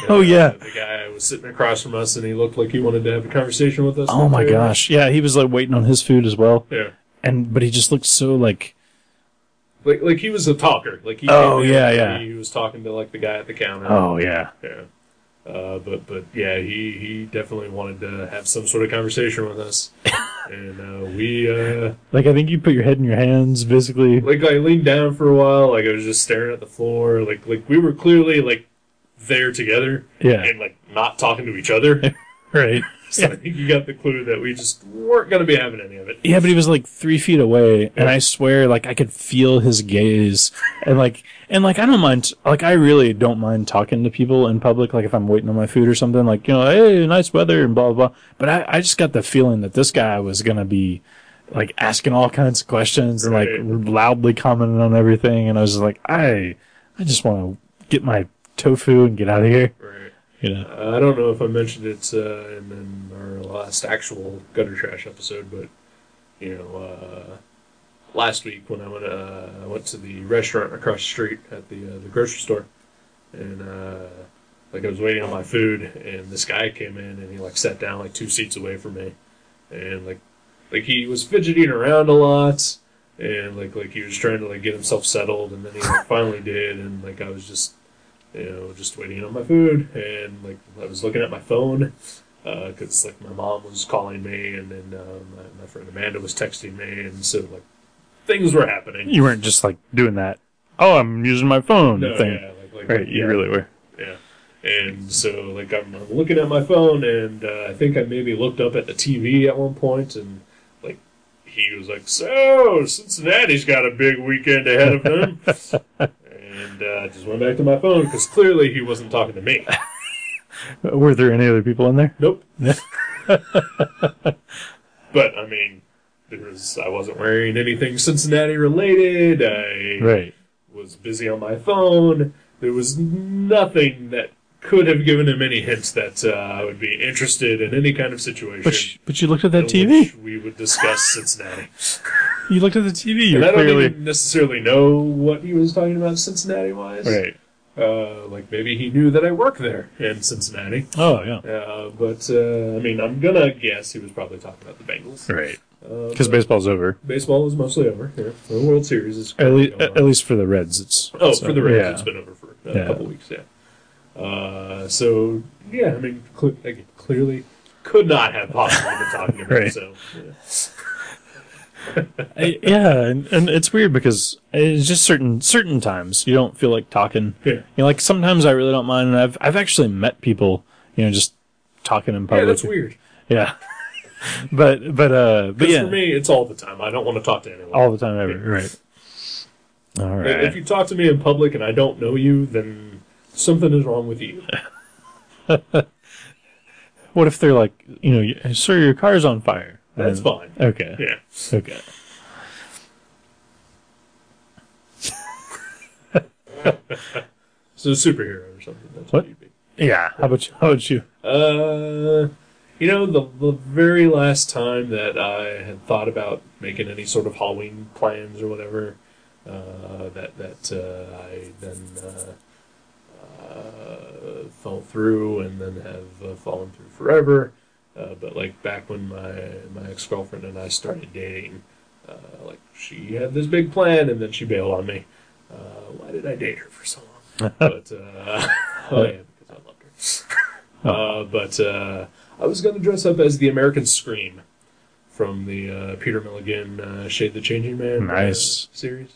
Speaker 2: Oh, yeah.
Speaker 1: The guy was sitting across from us, and he looked like he wanted to have a conversation with us.
Speaker 2: Oh my
Speaker 1: too.
Speaker 2: gosh. Yeah, he was like waiting on his food as well.
Speaker 1: Yeah.
Speaker 2: And but he just looked so like
Speaker 1: Like, like he was a talker. Like he
Speaker 2: Oh,
Speaker 1: came in
Speaker 2: yeah,
Speaker 1: and
Speaker 2: yeah.
Speaker 1: He, he was talking to like the guy at the counter.
Speaker 2: oh yeah.
Speaker 1: yeah. Uh, but but yeah, he he definitely wanted to have some sort of conversation with us, and uh, we uh,
Speaker 2: Like I think you put your head in your hands basically.
Speaker 1: like I leaned down for a while, like I was just staring at the floor, like like we were clearly like there together,
Speaker 2: Yeah.
Speaker 1: and like not talking to each other.
Speaker 2: Right.
Speaker 1: so I think you got the clue that we just weren't going to be having any of it.
Speaker 2: Yeah, but he was like three feet away, and I swear, like I could feel his gaze, and like, and like I don't mind, like I really don't mind talking to people in public, like if I'm waiting on my food or something, like you know, hey, nice weather and blah blah. blah. But I, I just got the feeling that this guy was gonna be like asking all kinds of questions
Speaker 1: Right.
Speaker 2: and like loudly commenting on everything, and I was just like, I, I just want to get my tofu and get out of here,
Speaker 1: Right.
Speaker 2: you know?
Speaker 1: Uh, I don't know if I mentioned it uh, in, in our last actual gutter trash episode, but you know, uh, last week when I went, uh, I went to the restaurant across the street at the uh, the grocery store, and uh, like I was waiting on my food, and this guy came in and he like sat down like two seats away from me, and like like he was fidgeting around a lot. And like like he was trying to like get himself settled, and then he like, finally did, and like I was just you know, just waiting on my food, and like I was looking at my phone because like my mom was calling me, and then uh, my, my friend Amanda was texting me, and so like things were happening.
Speaker 2: You weren't just like doing that. Oh, I'm using my phone
Speaker 1: No,
Speaker 2: thing.
Speaker 1: yeah, like, like,
Speaker 2: Right, you
Speaker 1: yeah,
Speaker 2: really were.
Speaker 1: yeah. And so like I'm, I'm looking at my phone, and uh, I think I maybe looked up at the TV at one point, and like he was like, "So Cincinnati's got a big weekend ahead of them," and uh, I just went back to my phone because clearly he wasn't talking to me.
Speaker 2: Were there any other people in there?
Speaker 1: Nope. but I mean, because I wasn't wearing anything Cincinnati related, I
Speaker 2: Right.
Speaker 1: was busy on my phone. There was nothing that could have given him any hints that uh, I would be interested in any kind of situation.
Speaker 2: But you, but you looked at that
Speaker 1: in
Speaker 2: TV.
Speaker 1: which we would discuss Cincinnati.
Speaker 2: You looked at the TV.
Speaker 1: And
Speaker 2: You're
Speaker 1: I don't
Speaker 2: clearly
Speaker 1: even necessarily know what he was talking about Cincinnati wise.
Speaker 2: right.
Speaker 1: Uh, like maybe he knew that I work there in Cincinnati.
Speaker 2: Oh yeah.
Speaker 1: Uh, but uh, I mean, I'm gonna guess he was probably talking about the Bengals.
Speaker 2: Right.
Speaker 1: Uh,
Speaker 2: Because
Speaker 1: but
Speaker 2: baseball's over.
Speaker 1: baseball is mostly over. Yeah. The World Series is
Speaker 2: At least,
Speaker 1: going on.
Speaker 2: at least for the Reds, it's.
Speaker 1: Oh,
Speaker 2: it's
Speaker 1: for the
Speaker 2: over.
Speaker 1: Reds,
Speaker 2: Yeah.
Speaker 1: it's been over for a
Speaker 2: Yeah.
Speaker 1: couple weeks. Yeah. Uh, so yeah, I mean, cle like, clearly could not have possibly been talking about.
Speaker 2: Right.
Speaker 1: So yeah.
Speaker 2: I- yeah, and, and it's weird because it's just certain certain times you don't feel like talking.
Speaker 1: Yeah.
Speaker 2: You know, like sometimes I really don't mind, and I've I've actually met people, you know, just talking in
Speaker 1: yeah,
Speaker 2: public.
Speaker 1: that's weird.
Speaker 2: Yeah. but but uh, but
Speaker 1: 'Cause
Speaker 2: yeah,
Speaker 1: for me, it's all the time. I don't want to talk to anyone.
Speaker 2: all the time ever. Right. All
Speaker 1: If-
Speaker 2: right.
Speaker 1: If you talk to me in public and I don't know you, then something is wrong with you.
Speaker 2: What if they're like, you know, y- sir, your car's on fire?
Speaker 1: That's
Speaker 2: And-
Speaker 1: fine.
Speaker 2: Okay.
Speaker 1: Yeah.
Speaker 2: Okay.
Speaker 1: So superhero or something. That's what
Speaker 2: What?
Speaker 1: you'd be.
Speaker 2: Yeah. How about you? How about you?
Speaker 1: Uh, you know, the, the very last time that I had thought about making any sort of Halloween plans or whatever, uh, that that uh, I then uh, uh, fell through and then have uh, fallen through forever. Uh, but like back when my my ex girlfriend and I started dating, uh, like she had this big plan and then she bailed on me. Uh, why did I date her for so long? but uh, oh yeah, because I loved her. Uh, but uh, I was going to dress up as the American Scream from the uh, Peter Milligan uh, Shade the Changing Man uh,
Speaker 2: Nice.
Speaker 1: series.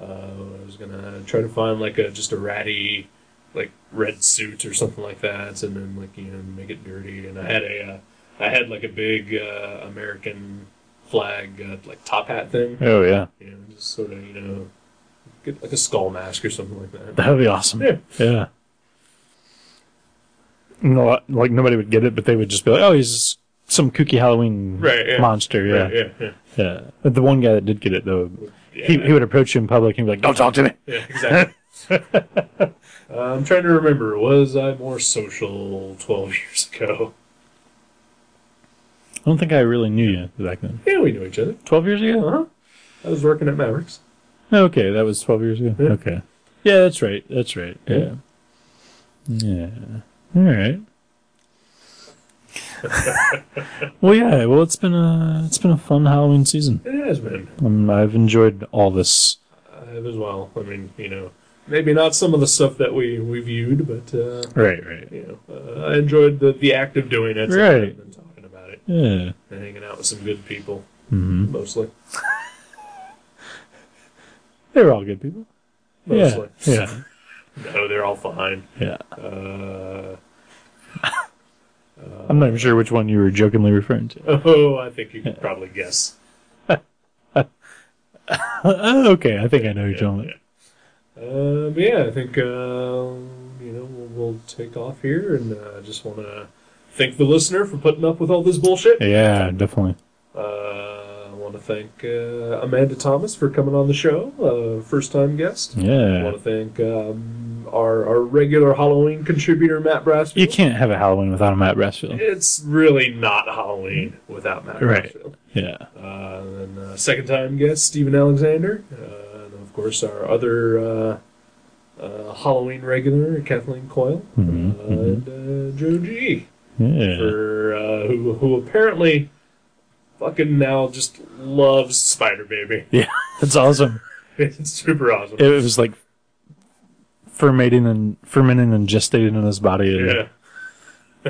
Speaker 1: Uh, I was going to try to find like a just a ratty like red suit or something like that, and then like you know make it dirty. And I had a uh, I had like a big uh, American flag uh, like top hat thing,
Speaker 2: Oh yeah,
Speaker 1: you know, just sort of you know get like a skull mask or something like that.
Speaker 2: that'd be awesome.
Speaker 1: Yeah.
Speaker 2: Yeah. No, like nobody would get it, but they would just be like, "Oh, he's some kooky Halloween
Speaker 1: Right, yeah.
Speaker 2: monster." Yeah.
Speaker 1: Right, yeah, yeah.
Speaker 2: yeah, But the one guy that did get it though,
Speaker 1: Yeah.
Speaker 2: he he would approach you in public and be like, "Don't talk to me."
Speaker 1: Yeah, exactly. Uh, I'm trying to remember. Was I more social 12 years ago?
Speaker 2: I don't think I really knew you back then.
Speaker 1: Yeah, we knew each other.
Speaker 2: Twelve years ago?
Speaker 1: Uh-huh. I was working at Mavericks.
Speaker 2: Okay, that was twelve years ago.
Speaker 1: Yeah.
Speaker 2: Okay. Yeah, that's right. That's right. Yeah. Yeah. All right. well, yeah. Well, it's been a it's been a fun Halloween season.
Speaker 1: It has been.
Speaker 2: Um, I've enjoyed all this.
Speaker 1: I have as well. I mean, you know, maybe not some of the stuff that we, we viewed, but, uh,
Speaker 2: Right. Right.
Speaker 1: you know, uh, I enjoyed the, the act of doing it
Speaker 2: Right.
Speaker 1: and talking about it
Speaker 2: Yeah.
Speaker 1: and hanging out with some good people,
Speaker 2: Mm-hmm.
Speaker 1: mostly.
Speaker 2: They're all good people. Yeah.
Speaker 1: Mostly.
Speaker 2: Yeah.
Speaker 1: No, Oh, they're all fine.
Speaker 2: Yeah.
Speaker 1: Uh,
Speaker 2: I'm not even sure which one you were jokingly referring to.
Speaker 1: oh, I think you could probably guess.
Speaker 2: Uh, okay, I think I know you're talking about.
Speaker 1: Uh, but yeah, I think uh, you know we'll, we'll take off here, and uh, just want to thank the listener for putting up with all this bullshit.
Speaker 2: Yeah, definitely.
Speaker 1: Uh, I want to thank uh, Amanda Thomas for coming on the show, uh, first time guest. I
Speaker 2: Yeah.
Speaker 1: want to thank um, our our regular Halloween contributor Matt Brassfield.
Speaker 2: You can't have a Halloween without a Matt Brassfield.
Speaker 1: It's really not Halloween without Matt
Speaker 2: Right.
Speaker 1: Brassfield.
Speaker 2: Yeah.
Speaker 1: Uh, and then, uh, second time guest Stephen Alexander, uh, and of course our other uh, uh, Halloween regular Kathleen Coyle
Speaker 2: Mhm,
Speaker 1: uh, and uh, Joe G,
Speaker 2: Yeah.
Speaker 1: for, uh, who who apparently fucking now just loves Spider Baby.
Speaker 2: Yeah. That's awesome.
Speaker 1: it's super awesome.
Speaker 2: It was like fermenting and fermenting and gestating in his body. and-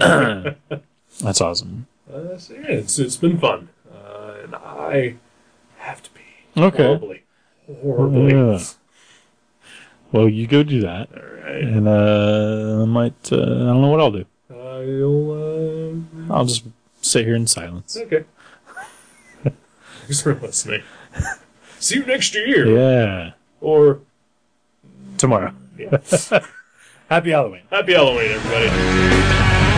Speaker 1: yeah,
Speaker 2: That's awesome.
Speaker 1: uh, so yeah, it's it's been fun, uh, and I have to be
Speaker 2: Okay.
Speaker 1: horribly, horribly.
Speaker 2: Yeah. Well, you go do that,
Speaker 1: All right,
Speaker 2: and uh, I might. Uh, I don't know what I'll do.
Speaker 1: uh, you'll. Uh,
Speaker 2: I'll just sit here in silence.
Speaker 1: Okay. Thanks for listening. See you next year.
Speaker 2: Yeah.
Speaker 1: Or
Speaker 2: Tomorrow.
Speaker 1: yeah.
Speaker 2: Happy Halloween.
Speaker 1: happy Halloween, everybody.